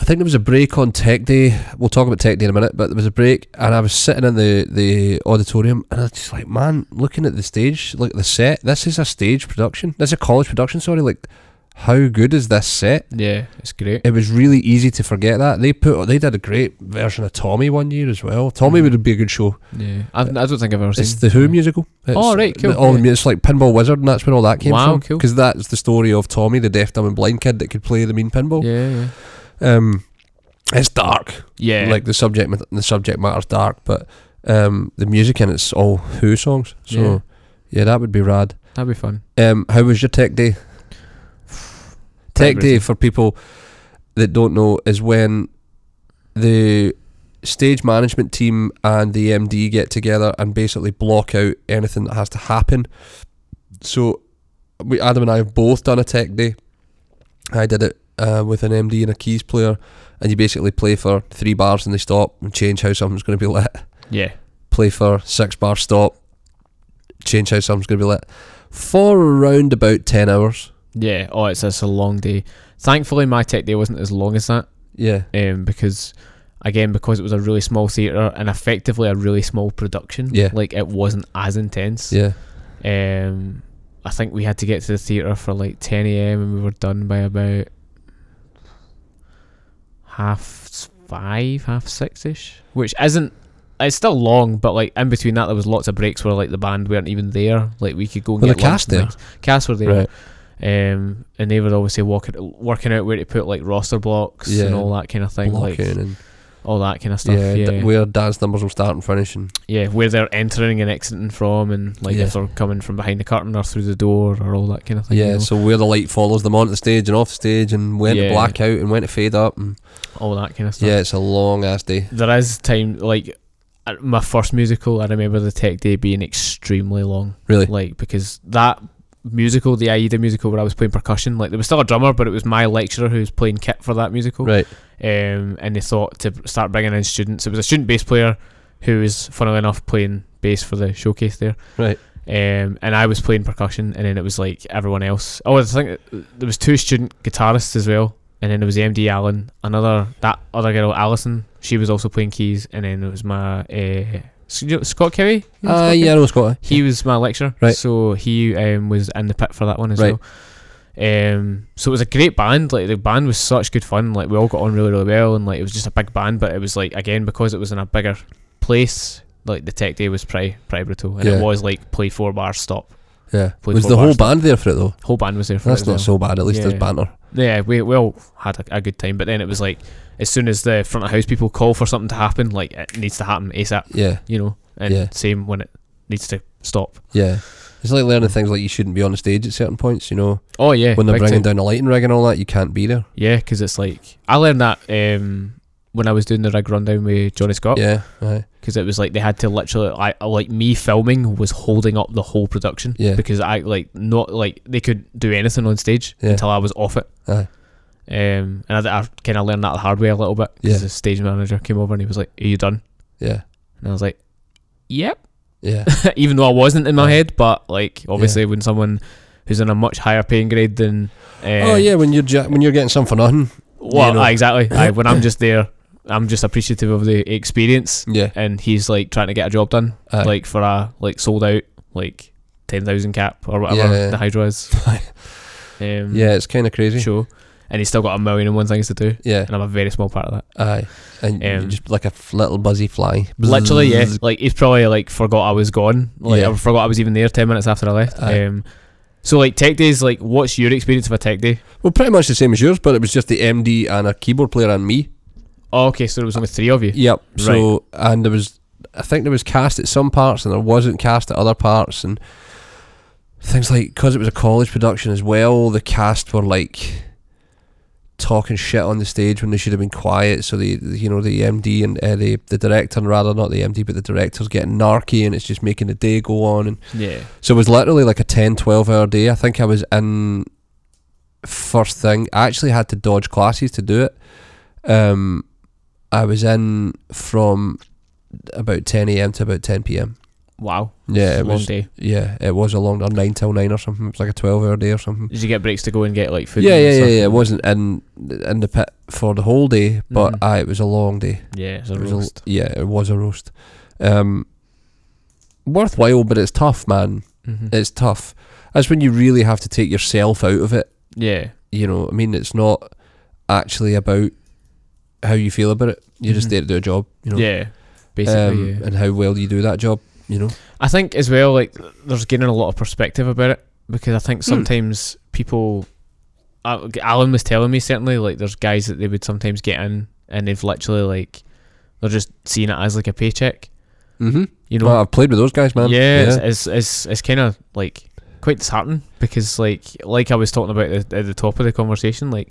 B: I think there was a break on Tech Day. We'll talk about Tech Day in a minute, but there was a break, and I was sitting in the, the auditorium, and I was just like, man, looking at the stage, look at the set. This is a stage production. This is a college production. Sorry, like, how good is this set?
A: Yeah. It's great.
B: It was really easy to forget that they put. They did a great version of Tommy one year as well. Tommy
A: Mm.
B: would be a good show.
A: Yeah. I've, I don't think I've ever seen.
B: It's the Who musical. It's
A: Oh, right, cool,
B: the- All the
A: yeah.
B: mu- it's like Pinball Wizard, and that's where all that came
A: Wow,
B: from.
A: cool.
B: Because that's the story of Tommy, the deaf, dumb, and blind kid that could play the mean pinball.
A: Yeah. Yeah.
B: Um, it's dark.
A: Yeah.
B: Like the subject, mat- the subject matter's dark, but um, the music in it's all Who songs. So
A: Yeah.
B: yeah, that would be rad.
A: that'd be fun.
B: Um, how was your tech day? Tech day for people that don't know is when the stage management team and the MD get together and basically block out anything that has to happen. So we Adam and I have both done a tech day. I did it uh, with an MD and a keys player, and you basically play for three bars and they stop and change how something's going to be *laughs* lit.
A: Yeah.
B: Play for six bar stop, change how something's going to be lit. For around about ten hours.
A: Yeah. Oh, it's it's a long day. Thankfully, my tech day wasn't as long as that.
B: Yeah.
A: Um, because again, because it was a really small theater and effectively a really small production.
B: Yeah.
A: Like it wasn't as intense.
B: Yeah.
A: Um, I think we had to get to the theater for like 10 a.m. and we were done by about half s- five, half six ish, which isn't. It's still long, but like in between that, there was lots of breaks where like the band weren't even there. Like we could go and
B: Were
A: get
B: the
A: lunch
B: cast
A: and
B: there?
A: things. Cast were there,
B: Right.
A: um, and they were obviously walking, working out where to put like roster blocks
B: Yeah,
A: and all that kind of thing,
B: Blocking
A: like
B: and
A: all that kind of stuff.
B: yeah,
A: Yeah,
B: d-
A: yeah.
B: where dance numbers will start and finish and
A: where they're entering and exiting from, and like
B: Yeah.
A: if they're coming from behind the curtain or through the door or all that kind of thing. you
B: yeah,
A: know.
B: so where the light follows them onto the stage and off the stage and when
A: Yeah.
B: to black out and when to fade up and
A: all that kind of stuff.
B: yeah, it's a long ass day.
A: There is time like at my first musical. I remember the tech day being extremely long,
B: Really,
A: like because that musical, the Aida musical, where I was playing percussion, like there was still a drummer, but it was my lecturer who was playing kit for that musical.
B: right?
A: Um, and they thought to start bringing in students. It was a student bass player who was, funnily enough, playing bass for the showcase there.
B: Right.
A: Um, and I was playing percussion, and then it was like everyone else. Oh, I think there was two student guitarists as well, and then there was MD Allen, another that other girl Allison. She was also playing keys, and then there was my uh, S- you know Scott Kerry. You know
B: Uh,
A: Scott Kerry?
B: yeah, I know Scott.
A: He was my lecturer,
B: Right.
A: so he um, was in the pit for that one as
B: Right.
A: well. Um, so it was a great band. Like the band was such good fun. Like we all got on really, really well, and like it was just a big band. But it was like again because it was in a bigger place. Like the tech day was pretty pretty brutal, and
B: Yeah.
A: it was like play four bars stop.
B: Yeah,
A: Played
B: was
A: for
B: the whole
A: Barstow.
B: band there for it though?
A: Whole band was there for
B: That's
A: it
B: not
A: as
B: so bad. At least there's
A: Yeah.
B: banter.
A: well. Yeah, we we all had a, a good time. But then it was like as soon as the front of house people call for something to happen, like it needs to happen asap.
B: Yeah,
A: You know, and
B: Yeah.
A: same when it needs to stop.
B: yeah. It's like learning things like you shouldn't be on the stage at certain points. You know,
A: Oh yeah,
B: when they're
A: big time.
B: bringing down the lighting rig and all that, you can't be there.
A: Yeah, 'cause it's like I learned that um, when I was doing the rig rundown with Johnny Scott, 'cause
B: Yeah, aye.
A: it was like they had to literally, I I- like me filming was holding up the whole production,
B: Yeah.
A: because I like not like they could do anything on stage
B: Yeah.
A: until I was off it.
B: Aye.
A: Um, and I, I kind of learned that the hard way a little bit because
B: Yeah.
A: the stage manager came over and he was like, "Are you done?"
B: yeah,
A: And I was like, "Yep," *laughs*
B: yeah,
A: even though I wasn't in my
B: Aye.
A: head, but like obviously when someone who's in a much higher paying grade than uh,
B: oh yeah. When you're ja- when you're getting something for nothing.
A: well,
B: you know.
A: aye, Ah,
B: *laughs*
A: exactly. Aye, when I'm just there, I'm just appreciative of the experience,
B: Yeah,
A: and he's like trying to get a job done,
B: aye.
A: like for a like sold out like ten thousand cap or whatever
B: Yeah.
A: the hydro
B: *laughs*
A: is. um,
B: yeah, it's kind of crazy.
A: show, and he's still got a million and one things to do,
B: Yeah,
A: and I'm a very small part of that.
B: aye. And you're
A: Um,
B: just like a f- little buzzy fly.
A: Literally, yeah. Like he's probably like forgot I was gone, like
B: Yeah.
A: I forgot I was even there ten minutes after I left.
B: Aye.
A: Um, so like tech days, like what's your experience of a tech day?
B: Well, pretty much the same as yours, but it was just the MD and a keyboard player and me.
A: Oh, okay, so there was only three of you.
B: Yep. So and there was, I think there was cast at some parts and there wasn't cast at other parts and things like because it was a college production as well. The cast were like talking shit on the stage when they should have been quiet. So the the- you know the MD and uh, the the director and rather not the MD but the director's getting narky and it's just making the day go on and
A: Yeah,
B: so it was literally like a 10, 12 hour day. I think I was in first thing. I actually had to dodge classes to do it. Um, I was in from about 10 a.m. to about 10 p.m.
A: Wow.
B: Yeah, it
A: long
B: was.
A: day.
B: Yeah, it was a long, or nine till nine or something. It was like a 12-hour day or something.
A: Did you get breaks to go and get like food?
B: yeah,
A: and
B: yeah, yeah,
A: stuff?
B: yeah. It wasn't in in the pit for the whole day, but
A: Mhm.
B: aye, it was a long day.
A: Yeah, it's a
B: It was a-
A: roast.
B: yeah, it was a roast. Um, worthwhile, but it's tough, man.
A: Mhm.
B: It's tough. That's when you really have to take yourself out of it.
A: yeah.
B: You know, I mean, it's not actually about how you feel about it. You're just
A: Mhm.
B: there to do a job. You know,
A: Yeah. Basically.
B: um,
A: yeah.
B: and how well you do that job. You know,
A: I think as well, like th- there's gaining a lot of perspective about it because I
B: Hmm.
A: think sometimes people, uh, Alan was telling me certainly, like there's guys that they would sometimes get in and they've literally like they're just seeing it as like a paycheck,
B: mm-hmm.
A: you know?
B: well, I've played with those guys, man.
A: yeah, it's it's it's, it's kind of like quite disheartening because like like I was talking about at the, at the top of the conversation, like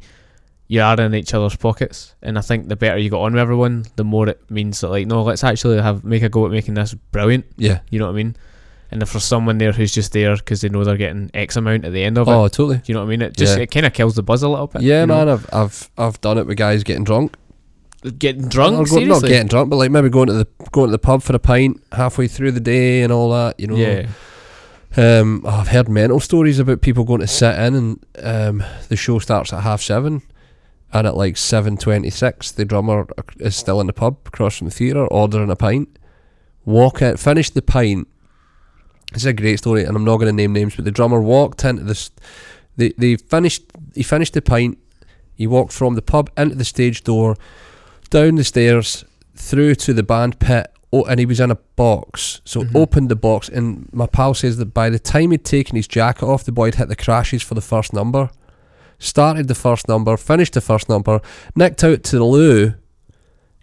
A: you are in each other's pockets, and I think the better you get on with everyone, the more it means that like no, let's actually have make a go at making this brilliant.
B: yeah.
A: You know what I mean? And if there's someone there who's just there because they know they're getting X amount at the end of
B: Oh,
A: it,
B: totally.
A: do you know what I mean? It just
B: Yeah.
A: it kind of kills the buzz a little bit.
B: Yeah,
A: you know?
B: man. I've I've I've done it with guys getting drunk.
A: Getting drunk,
B: Or go-
A: seriously.
B: not getting drunk, but like maybe going to the going to the pub for a pint halfway through the day and all that. You know.
A: yeah,
B: Um, oh, I've heard mental stories about people going to sit in and um, the show starts at half seven, and at like seven twenty six, the drummer ac- is still in the pub across from the theatre ordering a pint. Walk in, finish the pint. It's a great story, and I'm not going to name names, but the drummer walked into the. St- they they finished. He finished the pint. He walked from the pub into the stage door, down the stairs, through to the band pit, oh, and he was in a box. So
A: Mhm.
B: opened the box, and my pal says that by the time he'd taken his jacket off, the boy had hit the crashes for the first number. Started the first number, finished the first number, nicked out to the loo,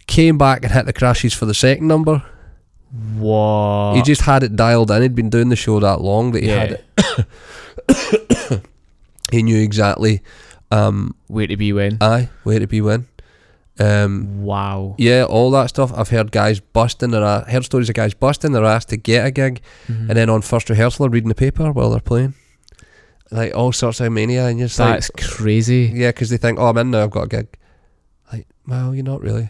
B: came back and hit the crashes for the second number.
A: what?
B: he just had it dialed in. He'd been doing the show that long that he had
A: Ah. Yeah.
B: it. *coughs* He knew exactly, um,
A: Where to be when?
B: aye, where to be when. Um,
A: wow.
B: yeah, all that stuff. I've heard guys busting their ass, heard stories of guys busting their ass to get a gig,
A: Mhm.
B: and then on first rehearsal, they're reading the paper while they're playing, like all sorts of mania, and you're just
A: that's
B: like,
A: crazy.
B: yeah, because they think, oh, I'm in now, I've got a gig. Like, well, you're not really. You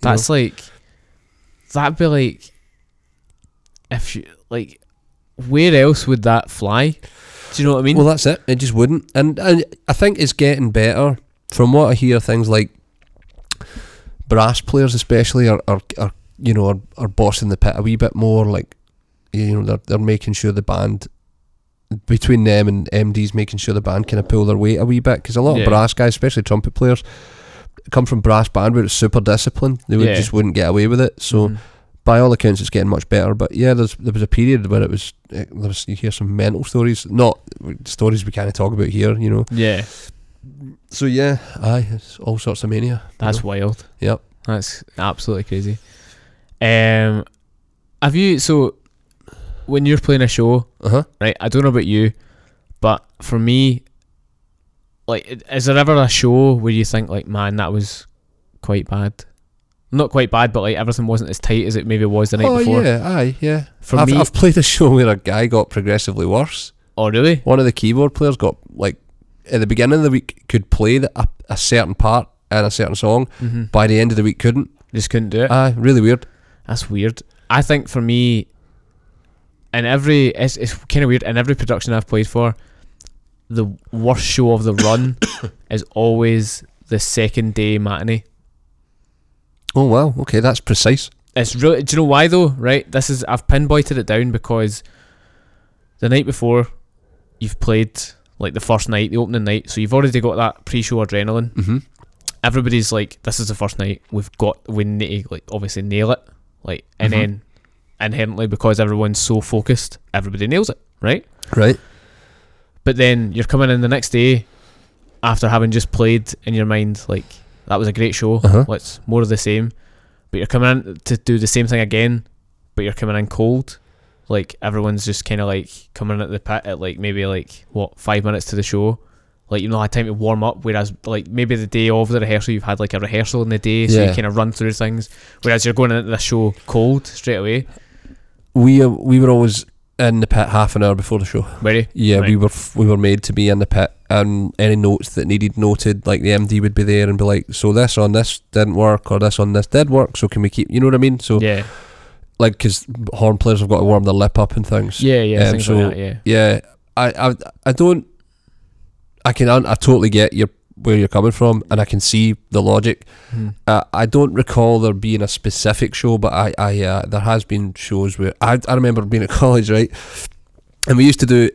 A: That's like that'd be like if you like where else would that fly? Do you know what I
B: know?
A: mean?
B: well, that's it. It just wouldn't, and, and I think it's getting better. From what I hear, things like brass players, especially, are, are, are you know are, are bossing the pit a wee bit more. Like, you know, they're they're making sure the band between them and MDs making sure the band kind of pull their weight a wee bit because a lot
A: Yeah.
B: of brass guys, especially trumpet players, come from brass band where it's super disciplined. They would
A: Yeah.
B: just wouldn't get away with it. So
A: Mhm.
B: by all accounts, it's getting much better. But yeah, there's, there was a period where it was, eh, there was you hear some mental stories, not stories we kind of talk about here, you know.
A: yeah,
B: So yeah, aye, it's all sorts of mania. you
A: that's
B: know.
A: wild.
B: Yep.
A: That's absolutely crazy. Um, have you so when you're playing a show,
B: uh-huh.
A: right? I don't know about you, but for me, like, i- is there ever a show where you think like, man, that was quite bad? Not quite bad, but like everything wasn't as tight as it maybe was the night
B: oh
A: before.
B: yeah, aye, yeah.
A: For
B: I've,
A: me,
B: I've played a show where a guy got progressively worse.
A: oh really?
B: One of the keyboard players got like at the beginning of the week could play the, a, a certain part and a certain song.
A: hmm
B: By the end of the week, couldn't.
A: Just couldn't do it.
B: Aye, really weird.
A: That's weird. I think for me, in every it's, it's kind of weird. In every production I've played for, the worst show of the run is always the second day matinee.
B: Oh wow, okay, that's precise.
A: It's really. Do you know why though? Right. This is I've pinpointed it down because the night before you've played like the first night, the opening night, so you've already got that pre-show adrenaline.
B: Mm-hmm.
A: Everybody's like, "This is the first night. We've got we need to, like obviously nail it." Like and
B: Mhm.
A: then inherently because everyone's so focused, everybody nails it, right?
B: Right.
A: But then you're coming in the next day after having just played in your mind like that was a great show.
B: Uh-huh.
A: Let's more of the same. But you're coming in to do the same thing again, but you're coming in cold. Like everyone's just kind of like coming in at the pit at like maybe like what five minutes to the show. Like you not had time to warm up, whereas like maybe the day of the rehearsal you've had like a rehearsal in the day, so you
B: Yeah.
A: kind of run through things. Whereas you're going into the show cold straight away.
B: we uh, we were always in the pit half an hour before the show.
A: Were you?
B: Yeah,
A: Right.
B: we were f- we were made to be in the pit, and any notes that needed noted, like the MD would be there and be like, "So this on this didn't work, or this on this did work, so can we keep?" You know what I mean? So
A: Yeah.
B: like 'cause horn players have got to warm their lip up and things.
A: Yeah, yeah,
B: Um,
A: things
B: so-
A: like that, yeah.
B: Yeah, I, I, I don't. I can, un- I totally get your where you're coming from, and I can see the logic.
A: Mhm.
B: Uh, I don't recall there being a specific show, but I, I, uh, there has been shows where I, I remember being at *laughs* college, right, and we used to do.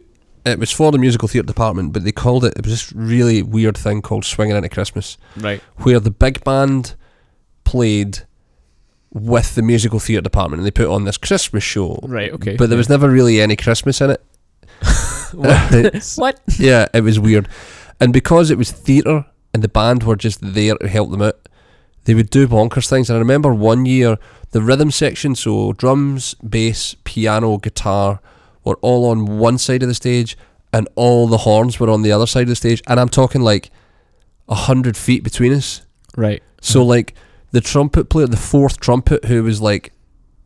B: It was for the musical theatre department, but they called it. It was this really weird thing called swinging into Christmas,
A: Right.
B: where the big band played with the musical theatre department, and they put on this Christmas show.
A: Right, okay.
B: But there was never really any Christmas in it.
A: *laughs*
B: *laughs*
A: What?
B: yeah, it was weird. And because it was theatre and the band were just there to help them out, they would do bonkers things. And I remember one year, the rhythm section, so drums, bass, piano, guitar, were all on one side of the stage and all the horns were on the other side of the stage. And I'm talking like a 100 feet between us.
A: Right.
B: So like the trumpet player, the fourth trumpet, who was like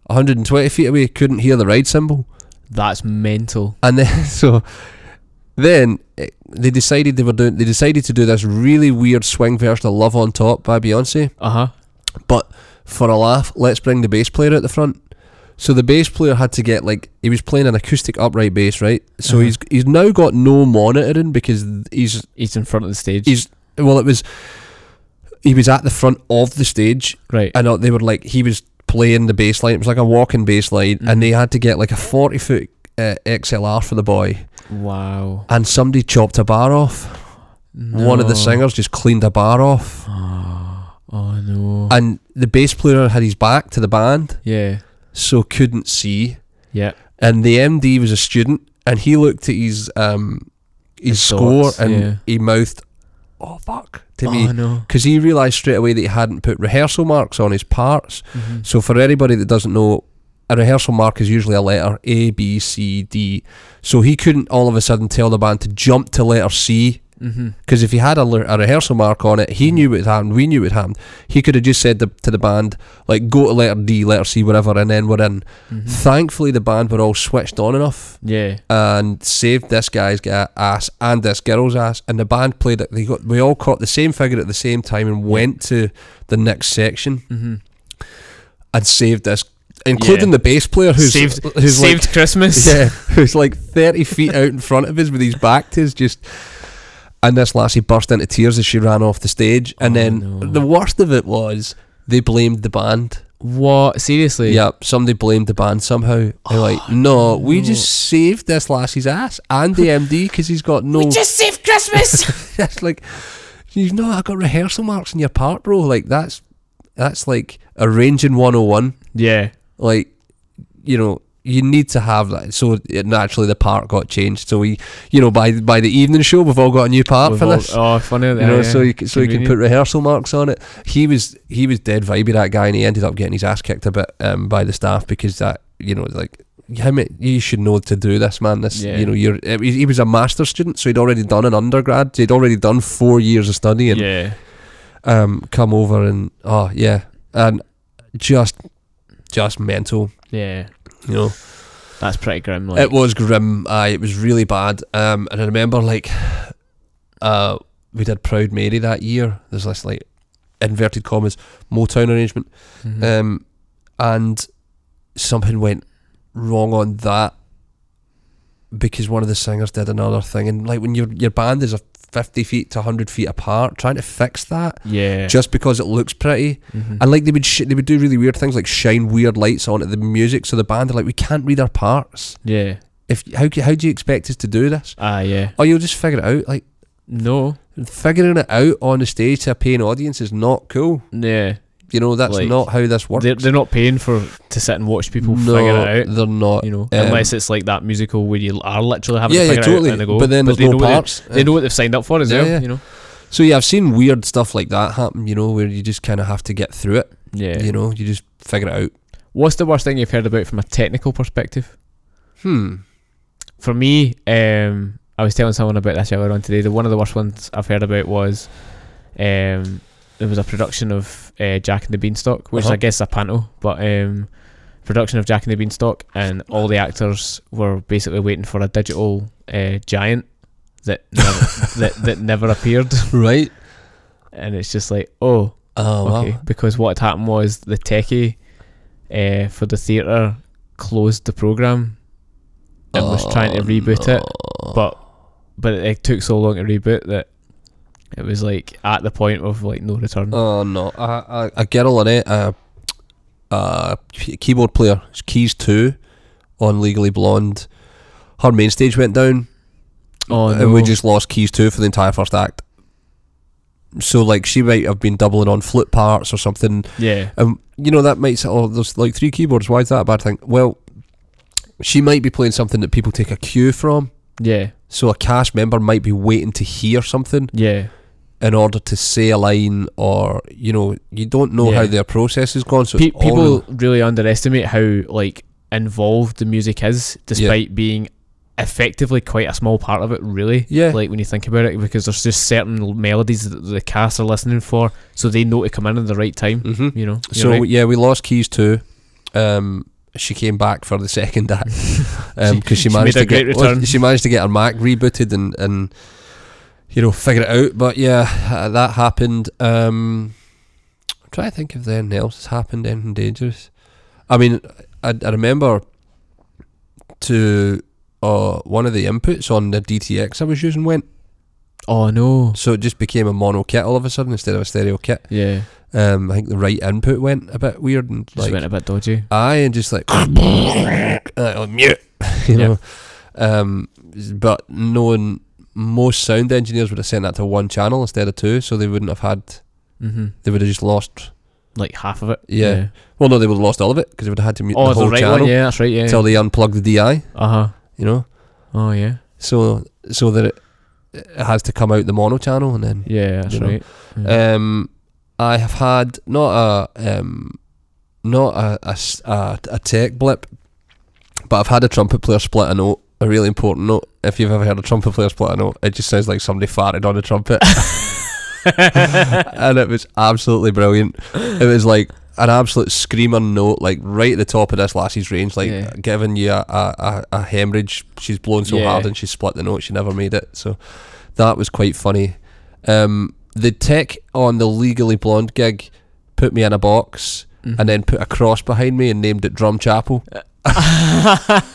B: 120 feet away, couldn't hear the ride cymbal.
A: That's mental.
B: And then *laughs* so then it, they decided they were doing they decided to do this really weird swing version of Love on Top by Beyonce.
A: Uh huh.
B: But for a laugh, let's bring the bass player out the front. So the bass player had to get like he was playing an acoustic upright bass, right? So
A: Uh-huh.
B: he's he's now got no monitoring because he's
A: He's in front of the stage.
B: he's well it was he was at the front of the stage
A: right.
B: I know they were like he was playing the bass line. It was like a walking bass line,
A: Mhm.
B: and they had to get like a forty foot uh, XLR for the boy.
A: Wow.
B: And somebody chopped a bar off. One of the
A: No.
B: singers just cleaned a bar off,
A: Oh, oh no.
B: and the bass player had his back to the band,
A: yeah.
B: so couldn't see.
A: Yeah.
B: And the MD was a student, and he looked at his um his,
A: His
B: score
A: thoughts,
B: and
A: yeah.
B: he mouthed, "Oh fuck." To
A: oh
B: me 'cause me.
A: no.
B: Because he realised straight away that he hadn't put rehearsal marks on his parts,
A: Mhm.
B: So for anybody that doesn't know, a rehearsal mark is usually a letter A, B, C, D. So he couldn't all of a sudden tell the band to jump to letter C
A: Mhm.
B: because if he had a, le- a rehearsal mark on it,
A: Mm.
B: he knew what had happened. We knew what had happened. He could have just said to, to the band like go to letter D, letter C, whatever, and then we're in.
A: Mhm.
B: Thankfully, the band were all switched on enough
A: Yeah.
B: and saved this guy's ga- ass and this girl's ass. And the band played it. They got we all caught the same figure at the same time and went to the next section
A: Mhm.
B: and saved this, including the bass player who's
A: saved
B: who's
A: saved
B: like
A: Christmas.
B: yeah, *laughs* who's like thirty feet out in front of us with his back to us, just. And this lassie burst into tears as she ran off the stage, and
A: Oh,
B: then
A: no.
B: the worst of it was they blamed the band.
A: What? Seriously?
B: Yep, somebody blamed the band somehow. They're
A: Oh,
B: like, no, we just saved this lassie's ass and
A: *laughs*
B: the MD because he's got no.
A: Just saved
B: *laughs*
A: Christmas.
B: It's like you know I got rehearsal marks in your part, bro. Like that's that's like arranging one oh one
A: yeah.
B: like you know you need to have that so it, naturally the part got changed so we you know by by the evening show we've all got a new part
A: We've
B: for
A: all-
B: this
A: Oh, funny.
B: you know so you can, so you can put rehearsal marks on it he was he was dead vibey that guy and he ended up getting his ass kicked a bit um, by the staff because that you know like him you should know to do this man this
A: Yeah.
B: you know you're eh, he he was a master student so he'd already done an undergrad so he'd already done four years of studying
A: Yeah.
B: um come over and oh yeah and just just mental
A: Yeah.
B: you know
A: That's pretty grim. Like.
B: it was grim. Aye, it was really bad. Um, and I remember like, uh, we did Proud Mary that year. There's this like inverted commas Motown arrangement.
A: Mhm.
B: Um, and something went wrong on that because one of the singers did another thing. And like when your your band is a 50 feet to 100 feet apart, trying to fix that
A: yeah.
B: just because it looks pretty
A: Mhm.
B: and like they would sh- they would do really weird things like shine weird lights onto the music so the band are like we can't read our parts
A: yeah.
B: if how c- how do you expect us to do this?
A: Ah, yeah.
B: Or you'll just figure it out. Like
A: No.
B: figuring it out on the stage to a paying audience is not cool.
A: Yeah.
B: You know that's
A: Like,
B: not how this works.
A: They're, they're not paying for to sit and watch people
B: no,
A: figure it out.
B: They're not.
A: You know,
B: Um,
A: unless it's like that musical where you are literally having
B: yeah,
A: to
B: yeah,
A: figure
B: totally.
A: it out and they go.
B: but then
A: they
B: there's
A: know
B: no
A: what
B: parts.
A: They, they know what they've signed up for as
B: Yeah,
A: well.
B: yeah.
A: You know.
B: so yeah, I've seen weird stuff like that happen. You know, where you just kind of have to get through it.
A: Yeah.
B: You know, you just figure it out.
A: What's the worst thing you've heard about from a technical perspective?
B: Hmm.
A: For me, um, I was telling someone about this earlier on today. The one of the worst ones I've heard about was um, there was a production of uh, Jack and the Beanstalk, which
B: Uh-huh.
A: I guess is a panto, but um, production of Jack and the Beanstalk, and all the actors were basically waiting for a digital uh, giant that never, *laughs* that that never appeared,
B: Right.
A: and it's just like, oh,
B: Oh
A: okay,
B: wow.
A: because what had happened was the techie uh, for the theater closed the program and was trying to
B: Oh,
A: reboot it,
B: no.
A: but but it took so long to reboot that it was like at the point of like no return.
B: Oh no, a, a, a girl in it, a, a uh, key- keyboard player, it's keys two on Legally Blonde. Her main stage went down,
A: oh
B: and we just lost keys two for the entire first act. So like she might have been doubling on flute parts or something,
A: yeah.
B: and you know that might say, oh, there's like three keyboards. Why is that a bad thing? Well, she might be playing something that people take a cue from.
A: Yeah,
B: So a cast member might be waiting to hear something
A: yeah,
B: in order to say a line or you know you don't know how
A: Yeah.
B: their process has gone so
A: Pe-
B: it's all
A: people
B: real-
A: really underestimate how like involved the music is, despite being effectively quite a small part of it. Really,
B: Yeah.
A: Like when you think about it, because there's just certain l- melodies that the cast are listening for, so they know to come in at the right time.
B: Mhm.
A: You know. You're
B: so
A: right.
B: yeah we lost keys too um she came back for the
A: *laughs*
B: second act because
A: She
B: she, managed
A: made a
B: to get
A: great
B: well,
A: return.
B: she managed to get her mac rebooted and and you know figure it out but yeah uh, that happened um i'm trying to think if anything else has happened anything dangerous i mean i, I remember to uh, one of the inputs on the DTX I was using went
A: oh no.
B: So it just became a mono kit all of a sudden instead of a stereo kit.
A: Yeah,
B: Um, I think the right input went a bit weird and
A: just
B: like
A: went a bit dodgy.
B: aye, and
A: *laughs*
B: just like uh, mute, *laughs* you
A: Yeah.
B: know. Um, but knowing most sound engineers would have sent that to one channel instead of two, so they wouldn't have had.
A: Mm-hmm.
B: They would have just lost.
A: Like half of it.
B: Yeah. Well, no, they would have lost all of it because they would have had to mute
A: Oh,
B: the
A: the
B: whole
A: right
B: channel
A: one. Yeah, that's right. Yeah.
B: until they unplugged the DI.
A: uh huh.
B: You know,
A: Oh yeah.
B: so so that it, it has to come out the mono channel and then
A: Yeah, that's
B: You know.
A: right. Yeah.
B: Um, I have had not a um, not a, a s- a- a tech blip, but I've had a trumpet player split a note, a really important note. If you've ever heard a trumpet player split a note, it just sounds like somebody farted on a trumpet, *laughs* and it was absolutely brilliant. It was like an absolute screamer note, like right at the top of this lassie's range, like
A: Yeah.
B: giving you a, a, a, a hemorrhage. She's blown so
A: Yeah.
B: hard and she split the note, she never made it. So that was quite funny. Um, the tech on the Legally Blonde gig put me in a box
A: Mhm.
B: *laughs*
A: *laughs*
B: and then *laughs* put a cross behind me and named it Drum Chapel,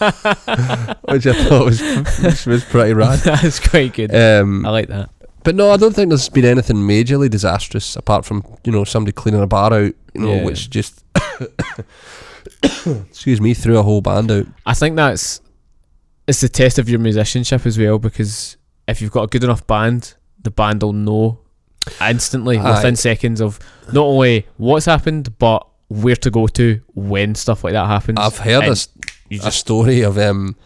B: which I thought was, *laughs* which was pretty rad.
A: *laughs* that's quite good.
B: Um,
A: I like that.
B: but no, I don't think there's been anything majorly disastrous apart from you know somebody cleaning a bar out, you know,
A: Yeah.
B: which just *coughs* excuse me threw a whole band out.
A: I think that's it's the test of your musicianship as well because if you've got a good enough band, the band will know instantly
B: Aye.
A: within seconds of not only what's happened but where to go to when stuff like that happens.
B: I've heard a,
A: And
B: s-
A: you
B: a
A: just
B: story of um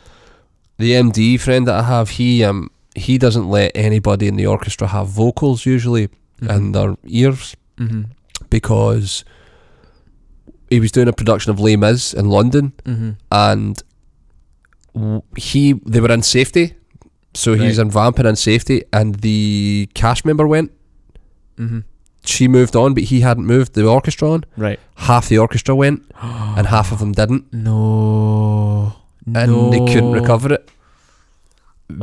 B: the MD friend that I have. He um he doesn't let anybody in the orchestra have vocals usually
A: Mm-hmm.
B: in their ears
A: hmm
B: because he was doing a production of Les Mis in London
A: hmm
B: and w- he they were in safety. So he's
A: Right.
B: in vamping in safety, and the cast member went.
A: hmm
B: She moved on, but he hadn't moved the orchestra on.
A: right.
B: Half the orchestra went,
A: *gasps*
B: and half of them didn't,
A: No,
B: and
A: no.
B: they couldn't recover it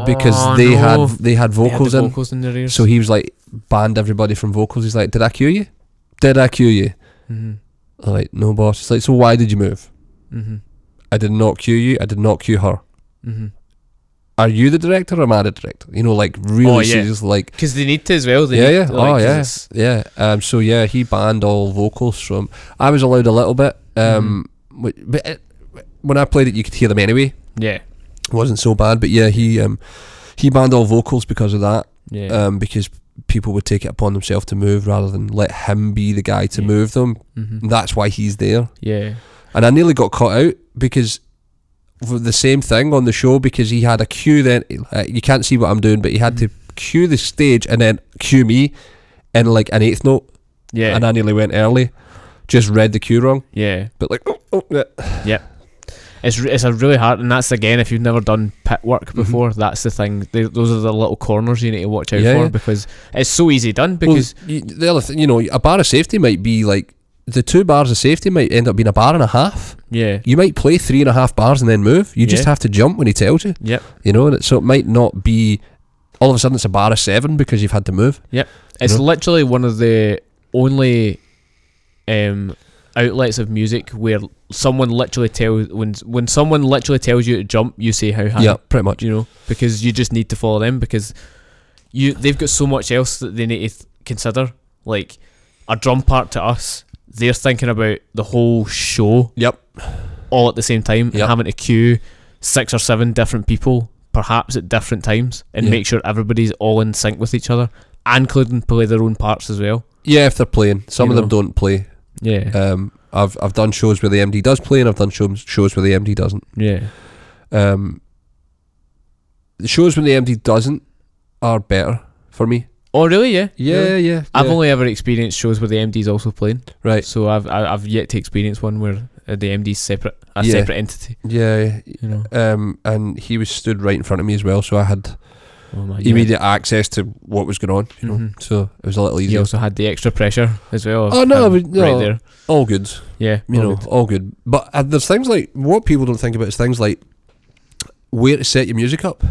B: because
A: Oh,
B: they
A: no.
B: had they had
A: They had the
B: vocals in.
A: vocals in their ears.
B: So he was like banned everybody from vocals. He's like, "Did I cue you? Did I cue you?"
A: hmm
B: I'm like, "No, boss." It's like, "So why did you move?
A: hmm
B: I did not cue you. I did not cue her.
A: hmm
B: Are you the director or am I the director?" You know, like really
A: Oh, yeah.
B: serious, like
A: Because they need to as well. They
B: Yeah,
A: need
B: yeah.
A: To,
B: Oh,
A: like, 'cause
B: yeah.
A: it's-
B: Yeah. Um. So yeah, he banned all vocals from. I was allowed a little bit. Um.
A: Mm-hmm.
B: wh- But it, when I played it, you could hear them anyway.
A: Yeah.
B: It wasn't so bad. But yeah, he um he banned all vocals because of that.
A: Yeah.
B: Um. Because people would take it upon themselves to move rather than let him be the guy to
A: Yeah.
B: move them.
A: hmm
B: And that's why he's there.
A: Yeah.
B: And I nearly got caught out because. For the same thing on the show because he had a cue. Then uh, you can't see what I'm doing, but he had to
A: Mm-hmm.
B: cue the stage and then cue me in like an eighth note
A: Yeah.
B: and I nearly went early. Just read the cue wrong,
A: yeah.
B: but like, oh, oh, yeah.
A: It's re- it's a really hard, and that's again if you've never done pit work
B: Mm-hmm.
A: before. That's the thing. They, those are the little corners you need to watch out
B: Yeah,
A: for
B: yeah.
A: because it's so easy done. Because
B: well, you, the other thing, you know, a bar of safety might be like the two bars of safety might end up being a bar and a half.
A: Yeah.
B: You might play three and a half bars and then move. You just
A: Yeah.
B: have to jump when he tells you.
A: Yep.
B: You know, and it, so it might not be all of a sudden it's a bar of seven because you've had to move.
A: It's
B: know?
A: literally one of the only um, outlets of music where someone literally tells when when someone literally tells you to jump, you say how high.
B: yeah, pretty much.
A: You know, because you just need to follow them because you they've got so much else that they need to th- consider. Like a drum part to us, they're thinking about the whole show
B: Yep.
A: all at the same time and
B: Yep.
A: having to queue six or seven different people, perhaps at different times, and
B: Yeah.
A: make sure everybody's all in sync with each other, including play their own parts as well.
B: Yeah, if they're playing. Some
A: You
B: of them
A: know.
B: don't play.
A: Yeah,
B: Um, I've I've done shows where the MD does play, and I've done shows shows where the MD doesn't.
A: yeah,
B: Um, the shows when the MD doesn't are better for me.
A: Oh, really? Yeah, Really?
B: Yeah, yeah. yeah.
A: I've only ever experienced shows where the MD's also playing,
B: right.
A: so I've I- I've yet to experience one where uh, the MD's separate, a
B: Yeah.
A: separate entity.
B: Yeah,
A: You know,
B: um, and he was stood right in front of me as well, so I had
A: oh my God.
B: immediate access to what was going on. You know,
A: Mhm.
B: so it was a little
A: He
B: easier.
A: also had the extra pressure as well. of
B: Oh, no,
A: him
B: but no.
A: right there.
B: All good.
A: Yeah, Oh,
B: you
A: all
B: know,
A: good.
B: all good. But uh, there's things like what people don't think about is things like where to set your music up.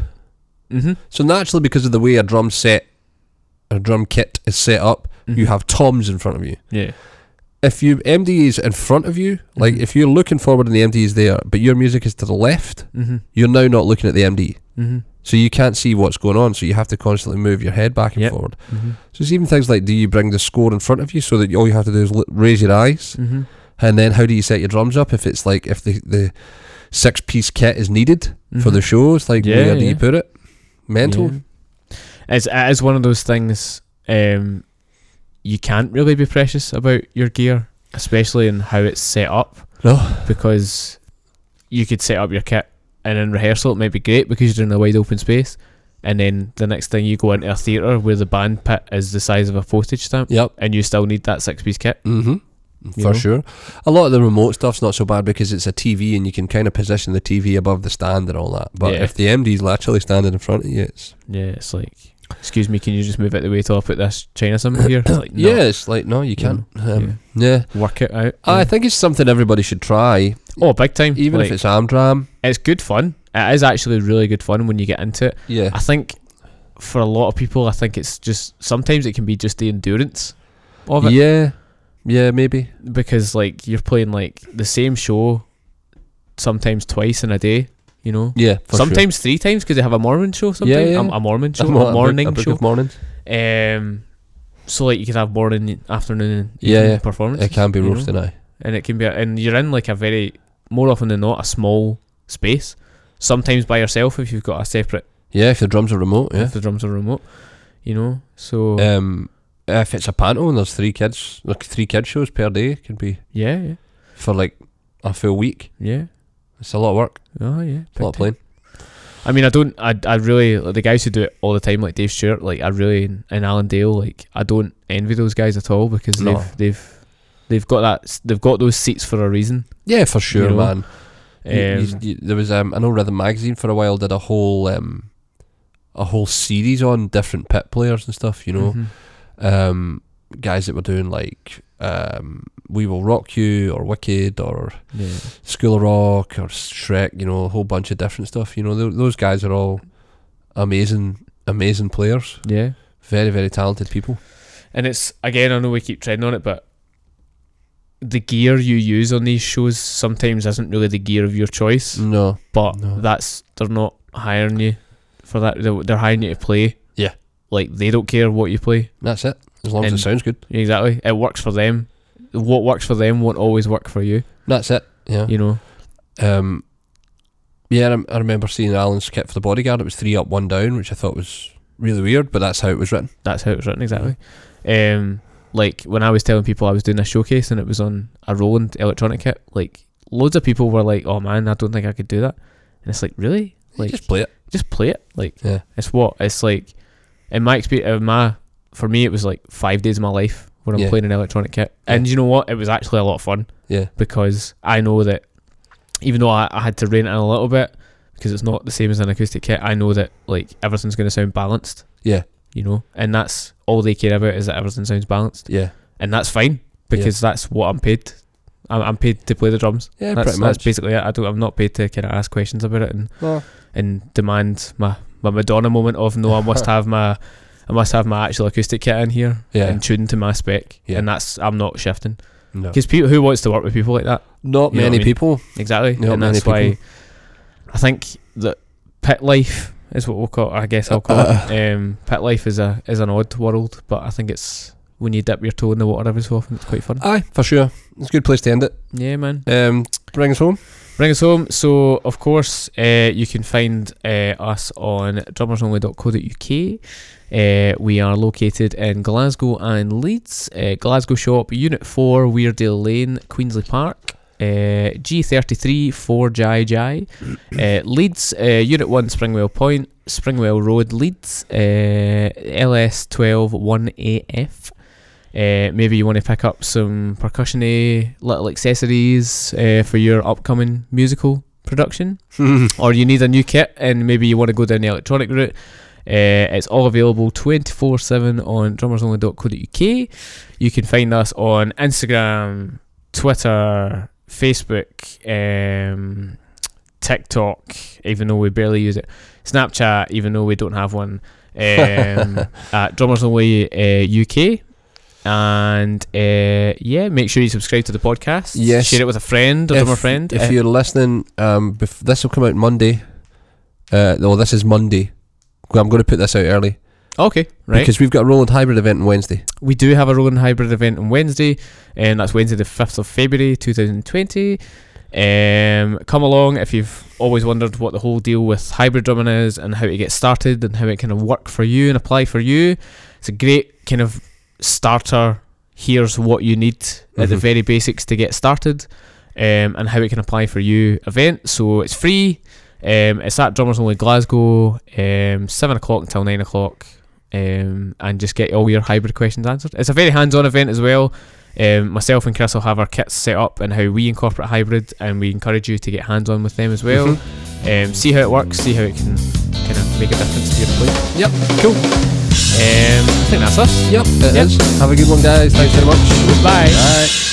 A: Mhm.
B: So naturally, because of the way a drum set, a drum kit is set up, you
A: Mhm.
B: have toms in front of you.
A: Mm-hmm. yeah,
B: If you MD is in front of you, like
A: Mhm.
B: if you're looking forward and the MD is there, but your music is to the left,
A: mhm,
B: you're now not looking at the MD.
A: mhm,
B: So you can't see what's going on. So you have to constantly move your head back and
A: Yep.
B: forward.
A: mhm,
B: So it's even things like, do you bring the score in front of you so that all you have to do is l- raise your eyes?
A: mhm,
B: And then how do you set your drums up if it's like if the, the six piece kit is needed for
A: mhm.
B: the show? It's like
A: Yeah,
B: where do
A: yeah.
B: you put it? Mental.
A: Yeah. It's it is one of those things. Um, you can't really be precious about your gear, especially in how it's set up,
B: No.
A: because you could set up your kit and in rehearsal it might be great because you're in a wide open space, and then the next thing you go into a theatre where the band pit is the size of a postage stamp,
B: Yep.
A: and you still need that six piece kit.
B: Mhm. For
A: You know?
B: sure. A lot of the remote stuff's not so bad because it's a TV and you can kind of position the TV above the stand and all that. But
A: Yeah.
B: if the MD's literally standing in front of
A: *laughs*
B: you, it's
A: Yeah, it's like, excuse me, can you just move out the way till I put this China symbol
B: *coughs*
A: here? It's like, no,
B: *clears throat* yeah, it's like no, you can't. Um, yeah.
A: work it out.
B: I think it's something everybody should try,
A: oh, big time.
B: even
A: Like,
B: if it's Amdram.
A: it's good fun. It is actually really good fun when you get into it.
B: Yeah,
A: I think for a lot of people, I think it's just sometimes it can be just the endurance of it
B: yeah, yeah, maybe.
A: because like you're playing like the same show sometimes twice in a day, you know.
B: Yeah, for sure.
A: sometimes three times because they have a Mormon show. Sometimes
B: yeah.
A: Um, a Mormon show,
B: A
A: a,
B: mo- a book-
A: morning
B: a book
A: show.
B: of mornings.
A: Um, so like you could have morning, afternoon, and
B: Yeah,
A: evening
B: yeah.
A: performances.
B: It can be
A: you know?
B: roasting, aye.
A: and it can be, a, and you're in like a very more often than not a small space. Sometimes by yourself if you've got a separate
B: Yeah, if the drums are remote, yeah.
A: if the drums are remote, you know. So
B: Um, if it's a panto and there's three kids, like three kid shows per day can be
A: yeah, yeah,
B: for like a full week.
A: yeah,
B: It's a lot of work,
A: oh yeah.
B: a lot of
A: big
B: playing.
A: time. I mean, I don't. I I really like the guys who do it all the time, like Dave Stewart, like I really and Alan Dale, like I don't envy those guys at all because
B: No.
A: they've they've they've got that s- they've got those seats for a reason.
B: Yeah, for sure,
A: know,
B: man.
A: Um,
B: You- you- you- there was um, I know Rhythm Magazine for a while did a whole um, a whole series on different pit players and stuff. You know,
A: mhm.
B: um, guys that were doing like um, We Will Rock You or Wicked or
A: yeah,
B: School of Rock or Shrek, you know, a whole bunch of different stuff. You know, Tho- those guys are all amazing, amazing players.
A: yeah,
B: Very, very talented people.
A: and it's again. I know we keep treading on it, but the gear you use on these shows sometimes isn't really the gear of your choice.
B: No.
A: but
B: Mm. No.
A: that's they're not hiring you for that. They're, they're hiring you to play.
B: Yeah.
A: like they don't care what you play.
B: That's it. As long as
A: And-
B: it sounds good.
A: Exactly, it works for them. What works for them won't always work for you.
B: That's it. Yeah.
A: You know.
B: Um, yeah, I, rem- I remember seeing Alan's kit for the bodyguard. It was three up, one down, which I thought was really weird, but that's how it was written.
A: That's how it's written exactly. Um, like when I was telling people I was doing a showcase and it was on a Roland electronic kit, like loads of people were like, "Oh man, I don't think I could do that," and it's like, really? Like
B: Just play it.
A: just play it. Like
B: Yeah.
A: it's what it's like. In my experience, in my for me, it was like five days of my life where I'm
B: Yeah.
A: playing an electronic kit, and you know what? It was actually a lot of fun
B: Yeah.
A: because I know that even though I, I had to rein it in a little bit because it's not the same as an acoustic kit, I know that like everything's going to sound balanced.
B: Yeah.
A: You know, and that's all they care about is that everything sounds balanced,
B: Yeah.
A: and that's fine. because that's what I'm paid. I'm, I'm paid to play the drums.
B: Yeah,
A: That's,
B: pretty
A: that's
B: much.
A: basically it. I don't. I'm not paid to kind of ask questions about it and,
B: No.
A: and demand my, my Madonna moment of no. I must have my I must have my actual acoustic kit in here
B: Yeah.
A: and tuned to my spec.
B: Yeah.
A: And that's I'm not shifting
B: No.
A: because people who wants to work with people like that
B: Not
A: You know what I
B: many
A: mean?
B: people.
A: exactly.
B: Not
A: and
B: many
A: that's why I think that pit life is what we'll call. I guess I'll call it.
B: Uh.
A: Um, pit life is a is an odd world, but I think it's when you dip your toe in the water every so often, it's quite fun.
B: Aye, for sure. It's a good place to end it.
A: Yeah, man.
B: Um, bring us home. *laughs*
A: Bring us home. So, of course, uh, you can find uh, us on drummersonly.co.uk. Uh, we are located in Glasgow and Leeds. Uh, Glasgow Shop, Unit 4, Weardale Lane, Queensley Park. Uh, G33 4 Jai Jai. *coughs* Uh, Leeds, uh, Unit 1, Springwell Point, Springwell Road, Leeds. Uh, LS12 1AF. Uh, maybe you want to pick up some percussiony little accessories uh, for your upcoming musical production, or you need a new kit and maybe you want to go down the electronic route. Uh, it's all available 24 7 on drummersonly.co.uk. You can find us on Instagram, Twitter, Facebook, um, TikTok, even though we barely use it, Snapchat, even though we don't have one, um,
B: *laughs*
A: at Drummers Only uh, UK. And uh, yeah, make sure you subscribe to the podcast.
B: Yes.
A: Share it with a friend, a
B: If-
A: drummer friend.
B: If
A: Uh,
B: you're listening, um, bef- this will come out Monday. Uh, no, this is Monday. Well, I'm going to put this out early
A: okay, right.
B: because we've got a Roland Hybrid event on Wednesday.
A: We do have a rolling hybrid event on Wednesday, and that's Wednesday the 5th of February 2020. Um, come along if you've always wondered what the whole deal with hybrid drumming is and how to get started and how it kind of work for you and apply for you. It's a great kind of starter. Here's what you need at the
B: Mhm.
A: very basics to get started, um, and how it can apply for you event. So it's free. Um, it's at Drummers Only Glasgow, um, seven o'clock until nine o'clock um, and just get all your hybrid questions answered. It's a very hands-on event as well. Um, myself and Chris will have our kits set up and how we incorporate hybrid, and we encourage you to get hands-on with them as well. Um, see how it works, see how it can kind of make a difference to your play.
B: Yep. Cool.
A: Um, I think that's us.
B: Yep. it
A: Yep.
B: is. Have a good one, guys. Thanks very much.
A: Bye.
B: Bye.